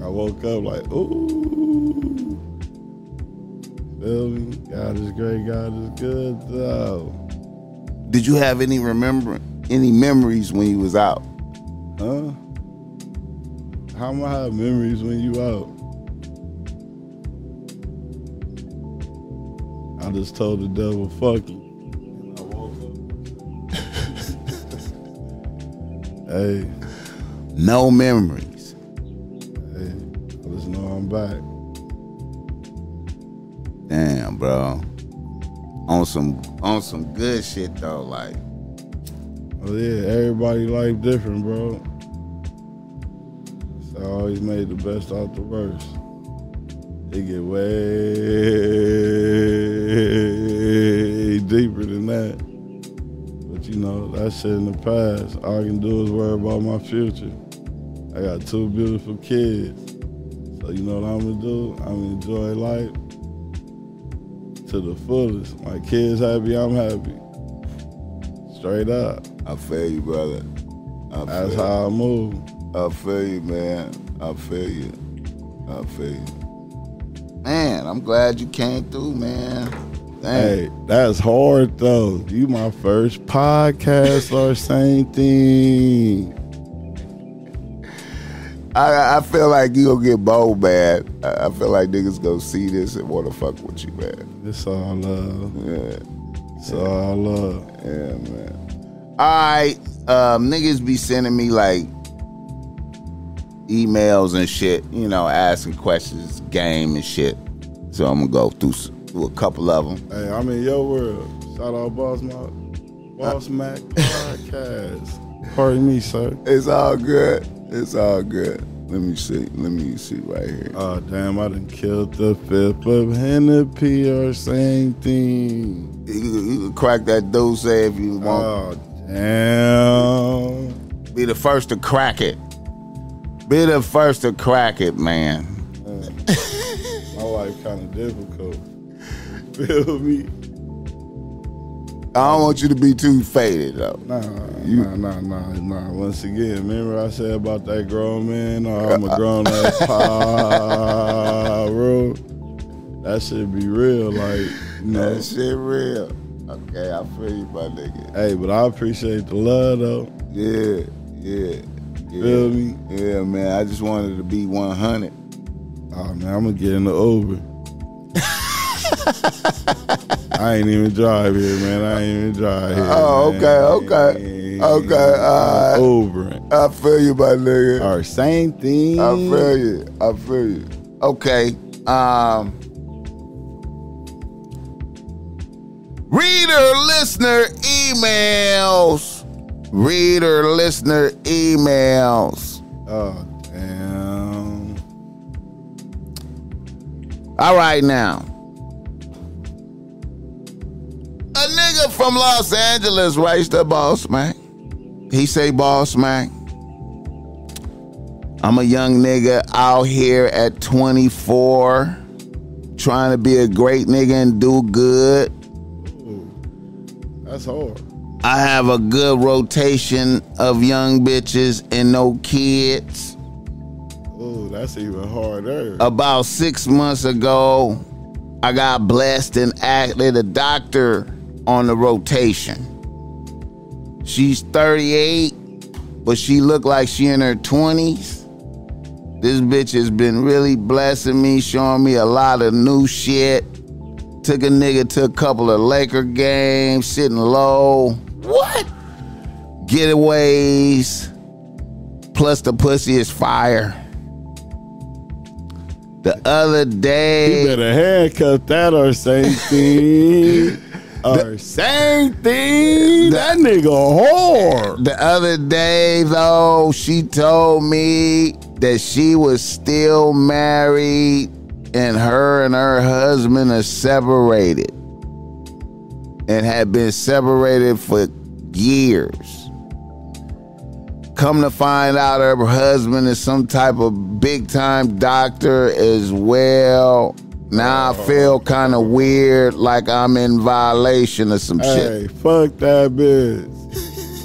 I woke up like ooh. Feel me? God is great. God is good though.
did you have any remember any memories when you was out?
Huh? How am I have memories when you out? I just told the devil, fuck you. And I woke up. hey,
No memories.
hey, I just know I'm back.
Damn, bro. On some on some good shit though, like
Oh yeah, everybody life different, bro. So I always made the best out the worst. It get way deeper than that. But you know, that shit in the past. All I can do is worry about my future. I got two beautiful kids. So you know what I'm gonna do? I'm gonna enjoy life to the fullest. My kids happy, I'm happy. Straight up.
I feel you, brother. I
That's
feel,
how I move.
I feel you, man. I feel you. I feel you. Man, I'm glad you came through, man. Damn.
Hey, that's hard though. You my first podcast or same thing.
I, I feel like you gonna get bold, man. I, I feel like niggas gonna see this and wanna fuck with you, man.
It's all love.
Yeah.
It's all love.
Yeah, man. All right, um, niggas be sending me like emails and shit, you know, asking questions, game and shit. So I'm gonna go through, s- through a couple of them.
Hey, I'm in your world. Shout out Boss Mac. Boss Mac podcast. Pardon me, sir.
It's all good. It's all good. Let me see. Let me see right here.
Oh damn, I done killed the fifth of Hennepy or same thing.
You, you can crack that dose if you want.
Oh damn.
Be the first to crack it. Be the first to crack it, man.
My life kinda difficult. Feel me?
I don't want you to be too faded though.
Nah, nah, nah, nah, nah. Once again, remember I said about that grown man? Oh, I'm a grown ass pyro. That should be real, like, you know.
That shit real. Okay, I feel you, my nigga.
Hey, but I appreciate the love, though.
Yeah, yeah, yeah.
Feel me?
Yeah, man. I just wanted to be 100.
Oh, man, I'm going to get in the Uber. I ain't even drive here, man. I ain't even drive here.
Oh,
man.
okay, okay, okay, alright.
Ubering.
I feel you, my nigga.
All right, same thing.
I feel you. I feel you. Okay. Um Reader listener emails. Reader listener emails.
Oh, damn.
All right now. A nigga from Los Angeles writes the boss man. He say boss man. I'm a young nigga out here at 24 trying to be a great nigga and do good.
That's hard.
I have a good rotation of young bitches and no kids.
Oh, that's even harder.
About six months ago, I got blessed and acted a doctor on the rotation. She's 38, but she looked like she in her 20s. This bitch has been really blessing me, showing me a lot of new shit. Took a nigga to a couple of Laker games, sitting low. What? Getaways. Plus the pussy is fire. The other day.
You better handcuff that or same thing. or same thing. that nigga hard.
The other day, though, she told me that she was still married and her and her husband are separated and had been separated for years. Come to find out, her husband is some type of big time doctor as well. Now I feel kind of weird, like I'm in violation of some shit.
Hey, fuck that bitch.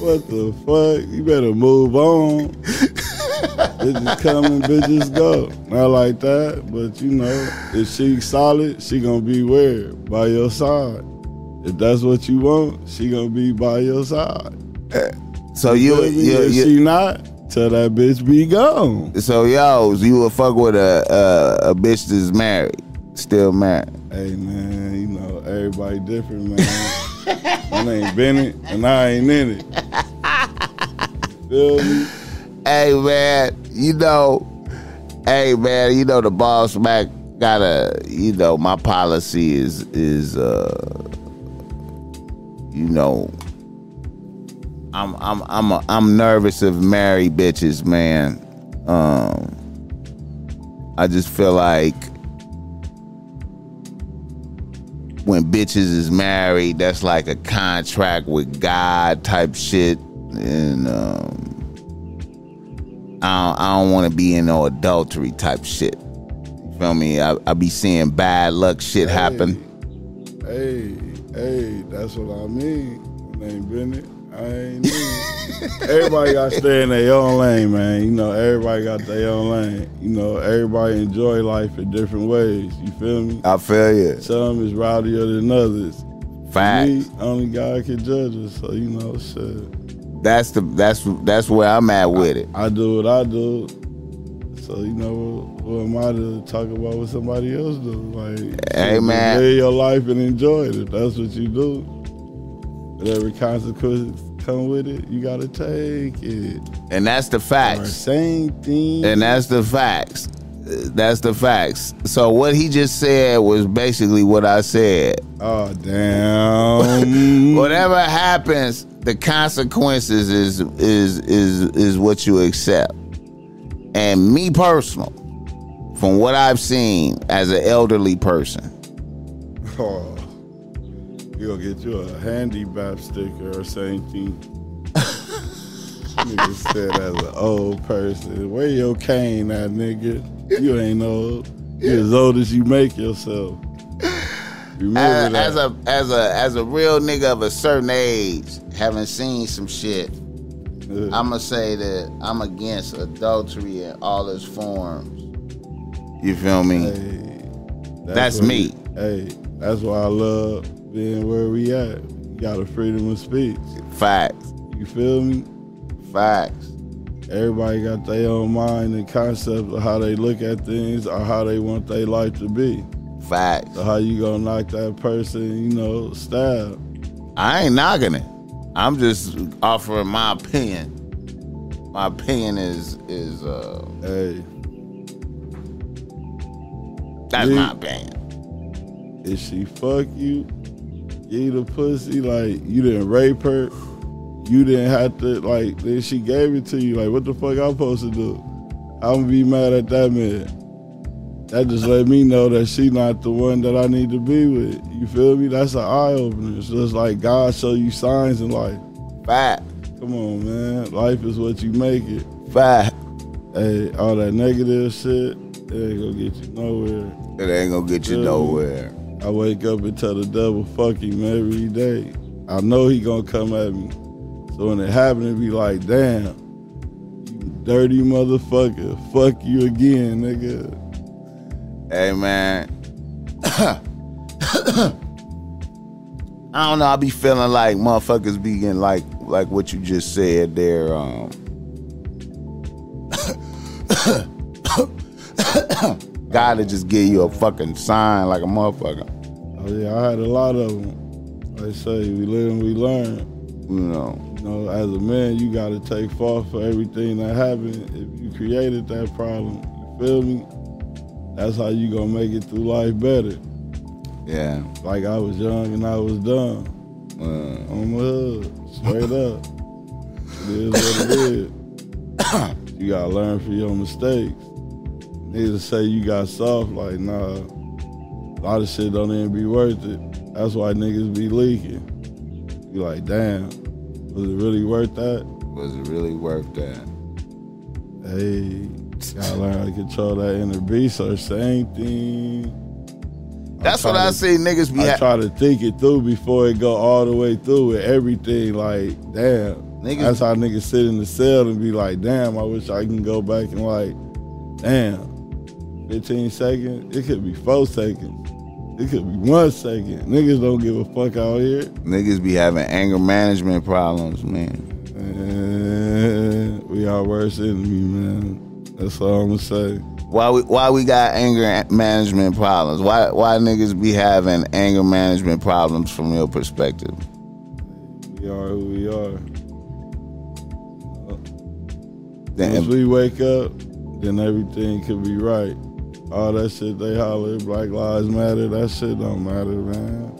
What the fuck? You better move on. bitches coming, bitches go. Not like that, but you know, if she solid, she gonna be where? By your side. If that's what you want, she gonna be by your side.
So you,
Baby,
you,
if
you,
she not, tell that bitch be gone.
So yo, you would fuck with a a, a bitch that's married, still married.
Hey man, you know everybody different, man. I ain't been it, and I ain't in it. Feel me?
Hey man, you know, hey man, you know the boss Mac got a, you know, my policy is is uh, you know, I'm I'm I'm a, I'm nervous of married bitches, man. Um, I just feel like when bitches is married, that's like a contract with God type shit, and um. I don't, I don't want to be in no adultery type shit. You feel me? I, I be seeing bad luck shit happen.
Hey, hey, that's what I mean. I ain't been it. I ain't in it. everybody got to stay in their own lane, man. You know, everybody got their own lane. You know, everybody enjoy life in different ways. You feel me?
I feel you.
Some is rowdier than others. Me,
Facts.
only God can judge us. So you know, shit.
That's the that's that's where I'm at with it.
I do what I do. So you know, what, what am I to talk about what somebody else do? Like,
Hey,
shit,
man.
live your life and enjoy it. If that's what you do, whatever consequences come with it, you gotta take it.
And that's the
Or
facts.
same thing.
And that's the facts. Uh, That's the facts. So what he just said was basically what I said.
oh damn.
Whatever happens, the consequences is is is is what you accept. And me personal, from what I've seen as an elderly person,
Oh, you gonna get you a handy bap sticker or something. nigga said as an old person, where your cane at, nigga? You ain't old. You as old as you make yourself. Remember
as, as
that.
a as a as a real nigga of a certain age, having seen some shit,
Yeah.
I'ma say that I'm against adultery in all its forms. You feel me?
Hey,
That's
what-
me.
Hey, that's why I love being where we at. You got a freedom of speech.
Facts,
You feel me?
facts.
Everybody got their own mind and concept of how they look at things or how they want their life to be.
Facts.
So how you gonna knock that person, you know, stab?
I ain't knocking it. I'm just offering my opinion. My opinion is is uh
Hey,
that's
Yeah.
my opinion.
if she fuck you, eat a pussy, like you didn't rape her, you didn't have to like then she gave it to you, like what the fuck I'm supposed to do? I'm gonna be mad at that man. That just let me know that she not the one that I need to be with. You feel me? That's an eye opener. It's just like God show you signs in life.
Fact.
Come on, man. Life is what you make it.
Fact.
Hey, all that negative shit, it ain't gonna get you nowhere.
It ain't gonna get you
Yeah.
nowhere.
I wake up and tell the devil, fuck him every day. I know he gonna come at me. So when it happened, it be like, damn, you dirty motherfucker, fuck you again, nigga.
Hey man. I don't know, I be feeling like motherfuckers be getting like like what you just said there, um Gotta just give you a fucking sign like a motherfucker.
Oh yeah, I had a lot of them. Like I say, we live and we learn.
You know.
You know, as a man, you gotta take fault for everything that happened. If you created that problem, you feel me? That's how you gonna make it through life better.
Yeah.
Like I was young and I was dumb.
Uh,
On my hood, straight up. It is what it is. you gotta learn from your mistakes. Niggas say you got soft, like nah. A lot of shit don't even be worth it. That's why niggas be leaking. You like, damn, was it really worth that?
was it really worth that?
Hey, gotta learn how to control that inner beast or same thing.
That's what I
tryna-
see niggas be
I
ha-
try to think it through before it go all the way through with everything. Like, damn,
Niggas-
that's how niggas sit in the cell and be like, damn, I wish I can go back and like, damn, 15 seconds. It could be four seconds. It could be one second. Niggas don't give a fuck out here.
niggas be having anger management problems, man.
And we our worst enemy, man. That's all I'm gonna say.
Why we why we got anger a- management problems? Why why niggas be having anger management problems from your perspective?
We are who we are. Once
Then,
we wake up, then everything could be right. All that shit they holler, Black Lives Matter, that shit don't matter, man.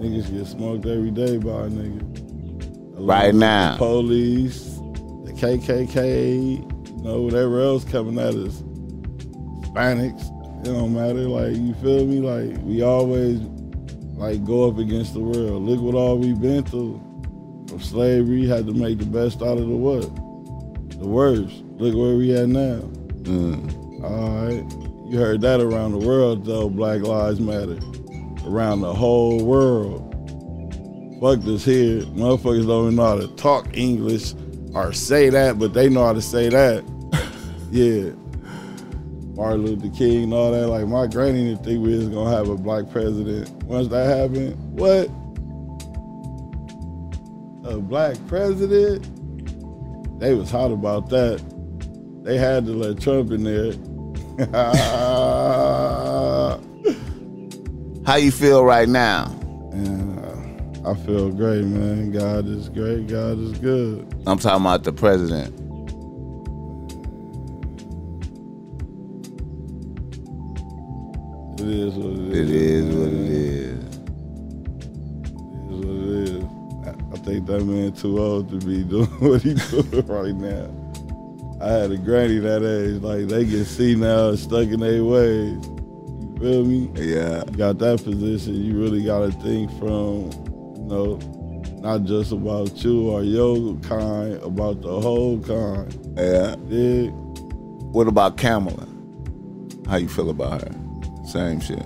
Niggas get smoked every day by a nigga. Along
Right
with the
now.
police, the KKK, you know, whatever else coming at us. Hispanics, it don't matter. Like, you feel me? Like, we always, like, go up against the world. Look what all we been through. From slavery, had to make the best out of the what? the worst. Look where we at now.
Mm.
All right, you heard that around the world though. Black Lives Matter around the whole world. Fuck this here, motherfuckers don't even know how to talk English or say that, but they know how to say that. yeah. Martin Luther King and all that. Like my granny didn't think we was gonna have a black president. Once that happened, what? A black president? they was hot about that. They had to let Trump in there.
how you feel right now?
and I feel great, man. God is great. God is good.
I'm talking about the president.
It is what it
It
is.
is what
man.
it is.
It is what it is. I- I think that man too old to be doing what he doing right now. I had a granny that age. Like they get senile, and stuck in their ways. You feel me?
Yeah.
you got that position, you really got to think from, you know, not just about you or your kind, about the whole kind.
Yeah.
Dig?
What about Kamala? How you feel about her? Same shit.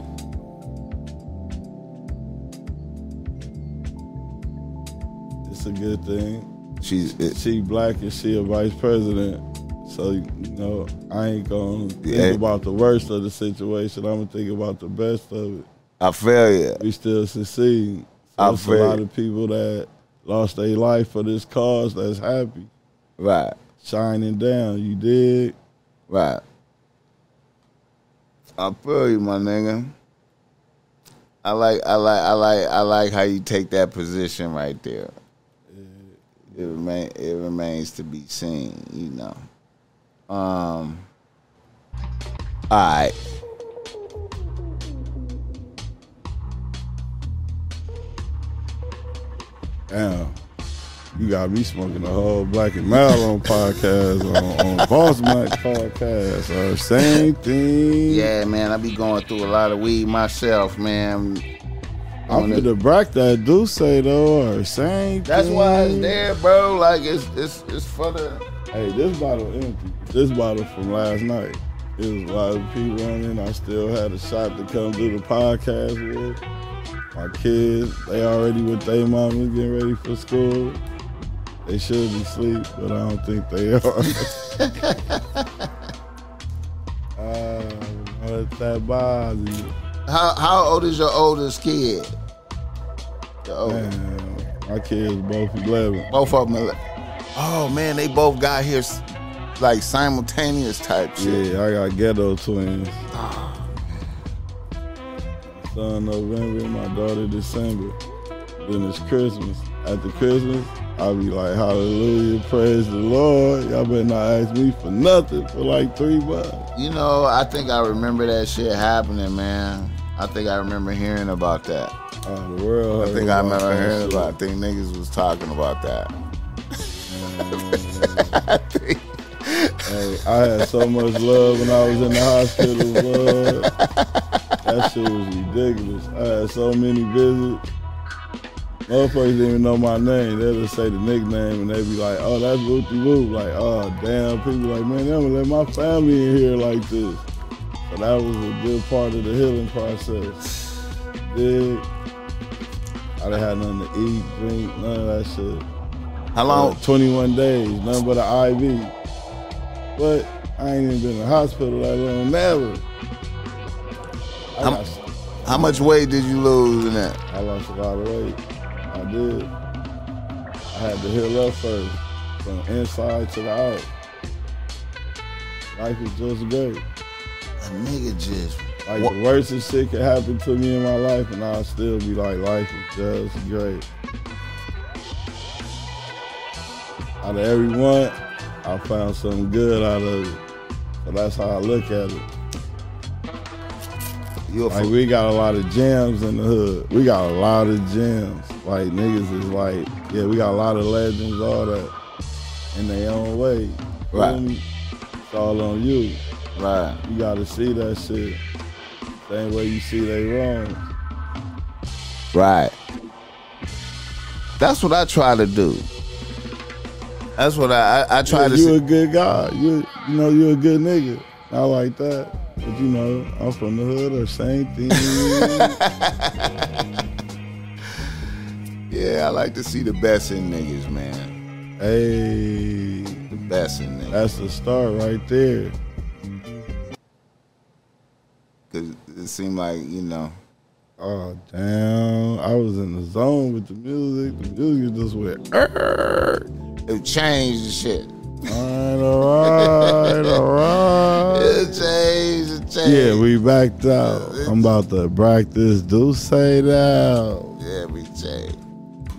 It's a good thing.
She's it,
She black and she a vice president. So, you know, I ain't going to think
Yeah.
about the worst of the situation. I'm going to think about the best of it.
I feel you.
We still succeeding. So
I
there's a
feel
lot
you.
of people that lost their life for this cause that's happy.
Right.
Shining down, you dig?
Right. I feel you, my nigga. I like, I like, I like, I like how you take that position right there. It remain, it remains to be seen, you know. Um. All right.
Damn. You got me smoking the whole Black and Malone podcast on, on Boss Mike podcast. Uh, same thing.
Yeah, man, I be going through a lot of weed myself, man.
I'm
gonna-
the brack that do say though. Or same.
That's
thing.
why it's there, bro. Like it's it's it's for the
Hey, this bottle empty. This bottle from last night. It was a lot of people running. I still had a shot to come do the podcast with. My kids, they already with their mama getting ready for school. They should be asleep, but I don't think they are. uh, what that bothers you?
how how old is your oldest kid? Your oldest.
Man, my kids both 11.
Both of them. Are like, oh man, they both got here s- like simultaneous type shit.
Yeah, I got ghetto twins.
Ah,
Son November, my daughter December. Then it's Christmas. After Christmas, I'll be like, Hallelujah, praise the Lord. Y'all better not ask me for nothing for like three months.
You know, I think I remember that shit happening, man. I think I remember hearing about that.
Oh, the world.
I
heard
think I
about
remember
that
hearing
shit.
about. I think niggas was talking about that.
Hey, I had so much love when I was in the hospital, blood. That shit was ridiculous. I had so many visits. Motherfuckers didn't even know my name. They'll just say the nickname and they be like, oh, that's Booty Woo. Like, oh, damn. People like, man, they don't let my family in here like this. But that was a good part of the healing process. Dig? I done had nothing to eat, drink, none of that shit.
How long?
Uh, 21 days, nothing but an IV. But I ain't even been in the hospital that long, never. I
I'm-
lost,
How much weight did you lose in that?
I lost a lot of weight. I did. I had to heal up first, from inside to the out. Life is just great.
A nigga just
Like
Wha-
the worst of shit could happen to me in my life, and I'll still be like, life is just great. Out of every one, I found something good out of it. So that's how I look at it.
you a
Like
fool.
we got a lot of gems in the hood. We got a lot of gems. Like niggas is like, yeah, we got a lot of legends, all that, in their own way. Feel
Right.
me? It's all on you.
right.
You gotta see that shit. Same way you see they wrongs.
Right. That's what I try to do. That's what I I, I try
Yeah,
to
you
see.
a good guy. You you know you a good nigga. I like that. But you know, I'm from the hood or same thing.
yeah, I like to see the best in niggas, man.
hey,
The best in niggas.
that's the start right there.
Cause it seemed like you know.
Oh damn. I was in the zone with the music. The music just went "Err."
It changed the shit.
alright, alright, alright.
It changed. It changed.
Yeah, we backed out. I'm about to practice do say that.
Yeah, we changed.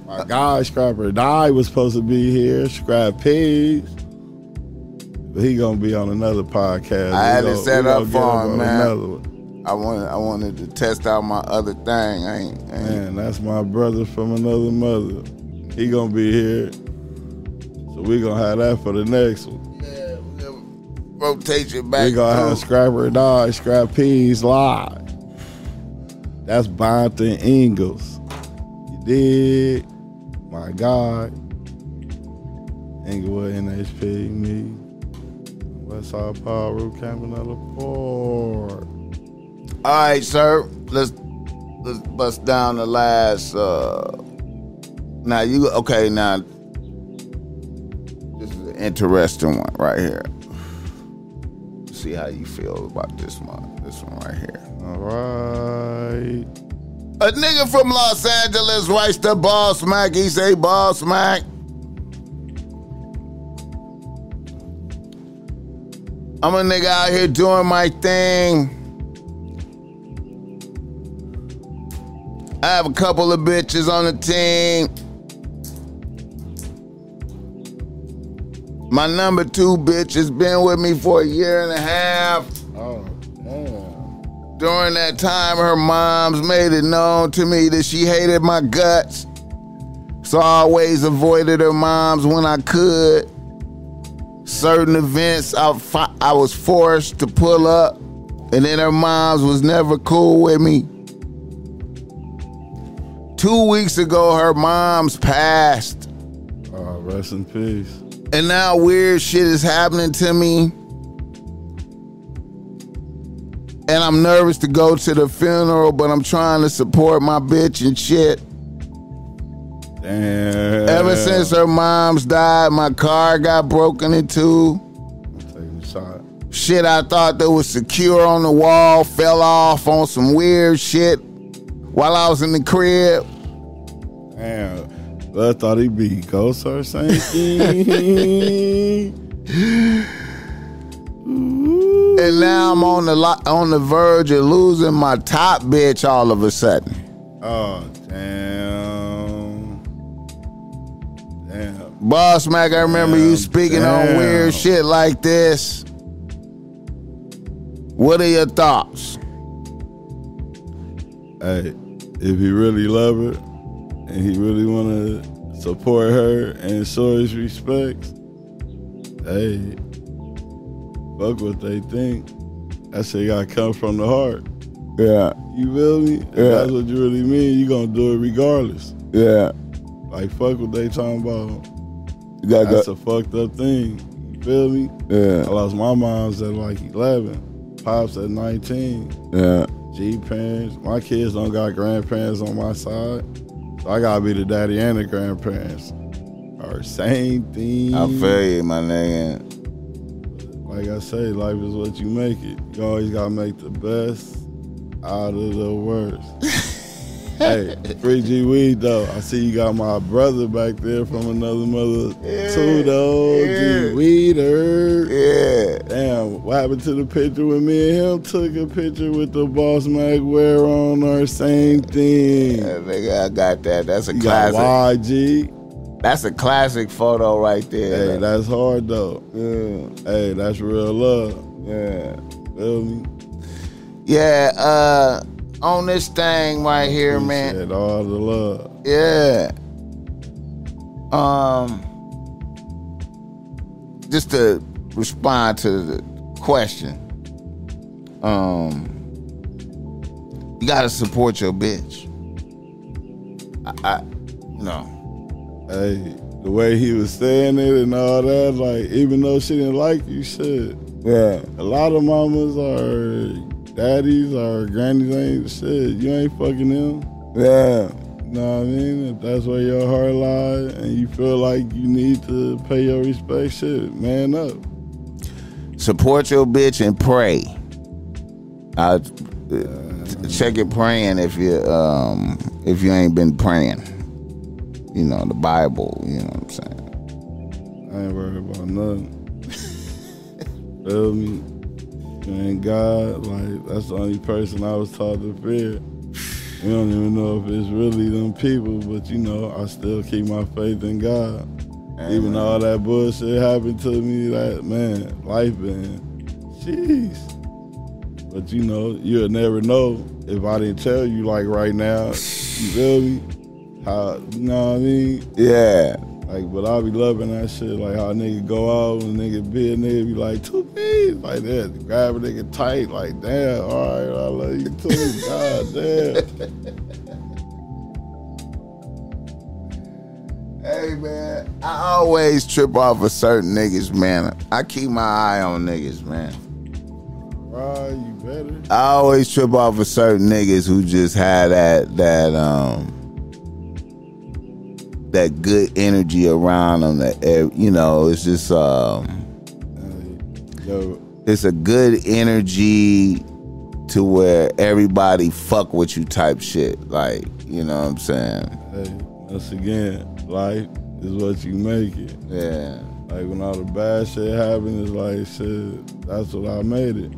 My God, Scrapper Die was supposed to be here. Scrap Pigs. But he gonna be on another podcast.
I
We
had it
gonna-
set
we
up
gonna get
for him,
on
man.
another one.
I wanted I wanted to test out my other thing. I ain't. I ain't
Man, that's my brother from another mother. He gonna be here. So we gonna have that for the next one.
yeah, we gonna rotate you back.
We gonna have
through.
Scrapper Die, Scrap Peas live. That's Bonton Ingles. You dig? My God. Inglewood NHP, me. Westside Power, Campinella Port.
All right, sir. Let's let's bust down the last. uh Now you okay? Now this is an interesting one right here. See how you feel about this one. This one right here.
All right.
A nigga from Los Angeles writes to Boss Mac. He say, Boss Mac. I'm a nigga out here doing my thing. I have a couple of bitches on the team. My number two bitch has been with me for a year and a half.
Oh, damn.
During that time, her mom's made it known to me that she hated my guts. So I always avoided her moms when I could. Certain events I, fi- I was forced to pull up, and then her moms was never cool with me. Two weeks ago, her moms passed,
Uh, rest in peace.
and now weird shit is happening to me. And I'm nervous to go to the funeral, but I'm trying to support my bitch and shit.
Damn.
Ever since her mom's died, my car got broken into.
Taking a shot.
Shit I thought that was secure on the wall fell off on some weird shit while I was in the crib.
Damn. I thought he'd be Ghost or something.
And now I'm on the lo- on the verge of losing my top bitch all of a sudden.
oh, damn. Damn.
Boss Mac, I remember you
Damn,
speaking on
damn.
weird shit like this. What are your thoughts?
Hey, if he really love her and he really want to support her and show his respects, hey, fuck what they think. That shit gotta come from the heart.
Yeah,
You feel me? If
Yeah.
That's what you really mean. You gonna do it regardless.
yeah.
Like fuck what they talking about.
You gotta
That's a fucked up thing. You feel me? I
yeah,
lost my mom's at like 11, pops at 19,
yeah,
G parents. My kids don't got grandparents on my side, so I gotta be the daddy and the grandparents. Or same thing.
I feel you, my nigga.
like I say, life is what you make it. You always gotta make the best out of the worst. hey, free G Weed though. I see you got my brother back there from another mother too though. G Weeder.
Yeah.
Damn, what happened to the picture when me and him took a picture with the boss Mac wear on our same thing?
Yeah, nigga, I got that. That's a
You got
classic.
YG.
That's a classic photo right
Hey,
there.
that's hard though. Hey, that's real love.
yeah.
Feel me?
Yeah, uh, on this thing right here, man.
Appreciate all the love.
Yeah. Um just to respond to the question. Um you gotta support your bitch. I, I you know.
Hey, the way he was saying it and all that, like even though she didn't like you, shit.
Yeah.
A lot of mamas are daddies or grannies ain't shit. You ain't fucking them.
Yeah.
know what I mean? If that's where your heart lies and you feel like you need to pay your respect, shit, man up.
support your bitch and pray. I uh, check it praying if you um if you ain't been praying. You know the Bible. You know what I'm saying.
I ain't worried about nothing. feel me? You ain't God, like, that's the only person I was taught to fear. We don't even know if it's really them people, but you know, I still keep my faith in God. Even though all that bullshit happened to me, like, man, life been, jeez. But you know, you'll never know if I didn't tell you, like, right now, you feel me? How, you know what I mean?
Yeah,
Like, but I be loving that shit. Like how a nigga go out and nigga be a nigga be like two feet like that, grab a nigga tight like damn. All right, I love you too. God damn.
Hey man, I always trip off of certain niggas, man. I keep my eye on niggas, man.
Right, you better.
I always trip off of certain niggas who just had that that um that good energy around them. That eh, you know, it's just um.
Yo,
it's a good energy to where everybody fuck with you type shit. Like, you know what I'm saying?
hey, once again, life is what you make it.
Yeah.
Like when all the bad shit happened, it's like shit. That's what I made it.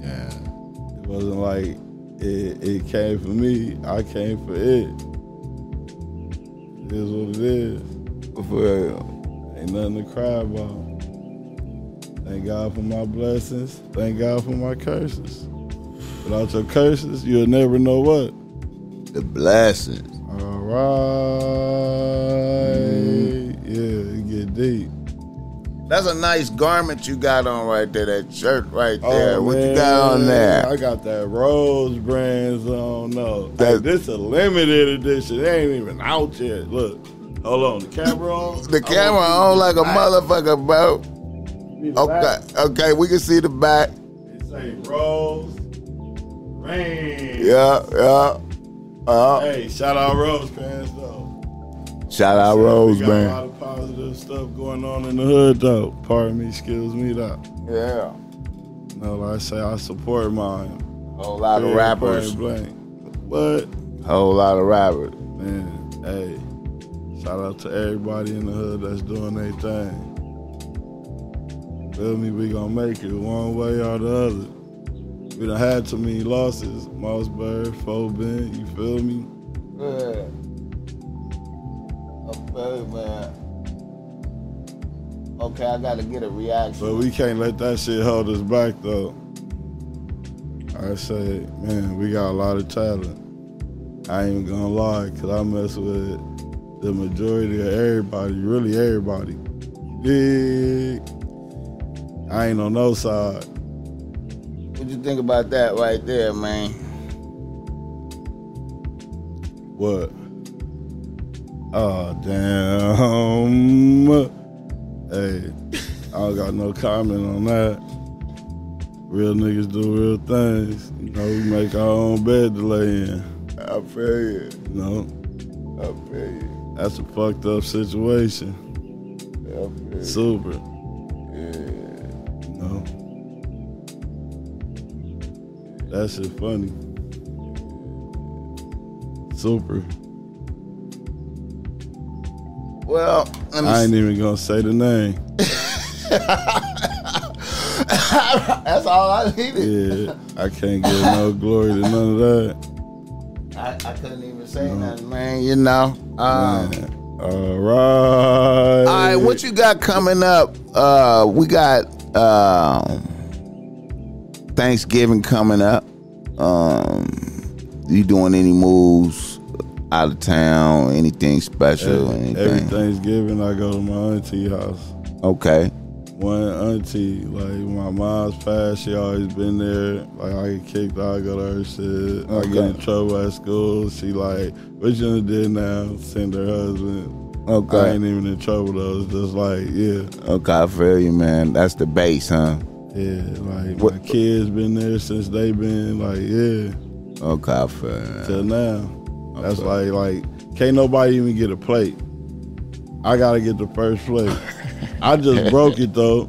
Yeah.
It wasn't like it, it came for me. I came for it. It is what it is.
For real.
Ain't nothing to cry about. Thank God for my blessings. Thank God for my curses. Without your curses, you'll never know what.
The blessings.
All right.
That's a nice garment you got on right there. That shirt right
Oh,
there. what you got
man,
on
I
there?
got that Rose brand, so I don't know.
That-
Like, this a limited edition. It ain't even out yet. Look, hold on. The camera on?
The camera on like a motherfucker, bro. Okay, okay, we can see the back.
It say Rose brand.
Yeah, yeah. Uh,
Hey, shout out Rose Pants though.
shout out
We
Rose,
got A lot
man.
of positive stuff going on in the hood though. Pardon me, excuse me though.
Yeah,
No, like I say I support mine.
whole lot of
Yeah,
rappers.
blank, blank. What?
Whole lot of rappers.
Man, hey, shout out to everybody in the hood that's doing their thing. Feel me? We gonna make it one way or the other. We done had too many losses. Mossberg, Fobin, you feel me?
Yeah. Okay, man. Okay, I gotta get a
But
reaction.
we can't let that shit hold us back though. I say, man, we got a lot of talent. I ain't gonna lie, cause I mess with the majority of everybody, really everybody. Dig? I ain't on no side.
What you think about that right there, man?
What? Oh damn. Hey, I don't got no comment on that. Real niggas do real things. You know, we make our own bed to lay in.
I feel you.
You know,
I feel you.
that's a fucked up situation.
I feel you.
Super. Yeah. You know. That shit funny. Super.
Well, let me
I ain't even gonna say the name.
That's all I needed.
Yeah, I can't give no glory to none of that.
I, I couldn't even say nothing, man. You know. Um,
Man. All right.
all right, what you got coming up? Uh, we got um, Thanksgiving coming up. Um, you doing any moves out of town? Anything special?
Every,
anything?
every Thanksgiving, I go to my auntie house.
Okay.
One auntie, like my mom's passed, she always been there. Like I get kicked out, I go to her shit. I get in
Okay.
trouble at school. She like, what you done did now? Send her husband. I
Okay.
ain't even in trouble though. It's just like, yeah,
Okay, I feel you, man. That's the base, huh?
yeah. Like my
What-
kids been there since they been like, yeah.
Okay, I feel you.
till now. That's like like can't nobody even get a plate. I gotta get the first plate. I just broke it though,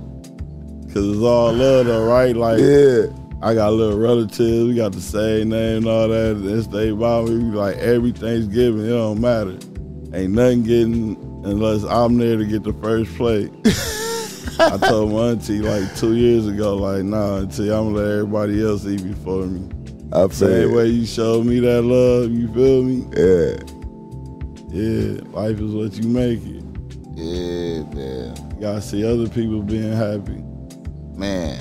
cause it's all love though, right? Like I got little relatives, we got the same name and all that. This they by me, we like every Thanksgiving, it don't matter. Ain't nothing getting unless I'm there to get the first plate. I told my auntie like two years ago, like, nah, auntie, I'm gonna let everybody else eat before me.
I feel
Same
you.
way you showed me that love, you feel me?
Yeah.
Yeah, life is what you make it. You
Yeah, man.
gotta see other people being happy.
Man.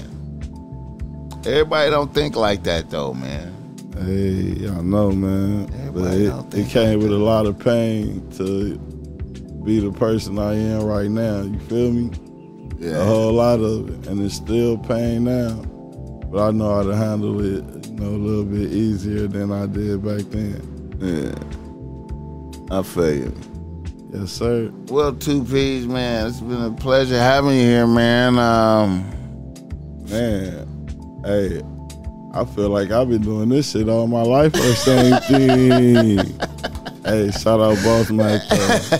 Everybody don't think like that though, man.
Hey, y'all know, man. But
Everybody don't
it,
think
it came with a lot of pain to be the person I am right now. You feel me? A
Uh-huh.
whole lot of it. And it's still pain now. But I know how to handle it, you know, a little bit easier than I did back then.
Yeah. I feel you.
Yes, sir.
Well, two P's, man. It's been a pleasure having you here, man. Um
Man, hey, I feel like I've been doing this shit all my life or same thing. hey, shout out Boss Mike though.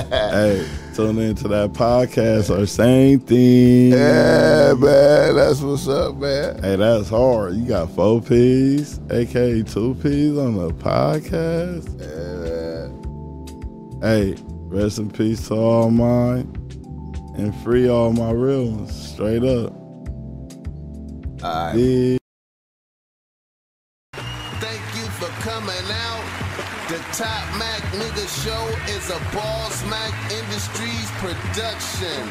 hey, tune in to that podcast or same thing.
Yeah, man. That's what's up, man.
Hey, that's hard. You got four P's, aka two P's on the podcast. Hey, rest in peace to all mine and free all my real ones. Straight up.
All right.
Yeah.
Thank you for coming out. The Top Mac Nigga Show is a Ball Smack Industries production.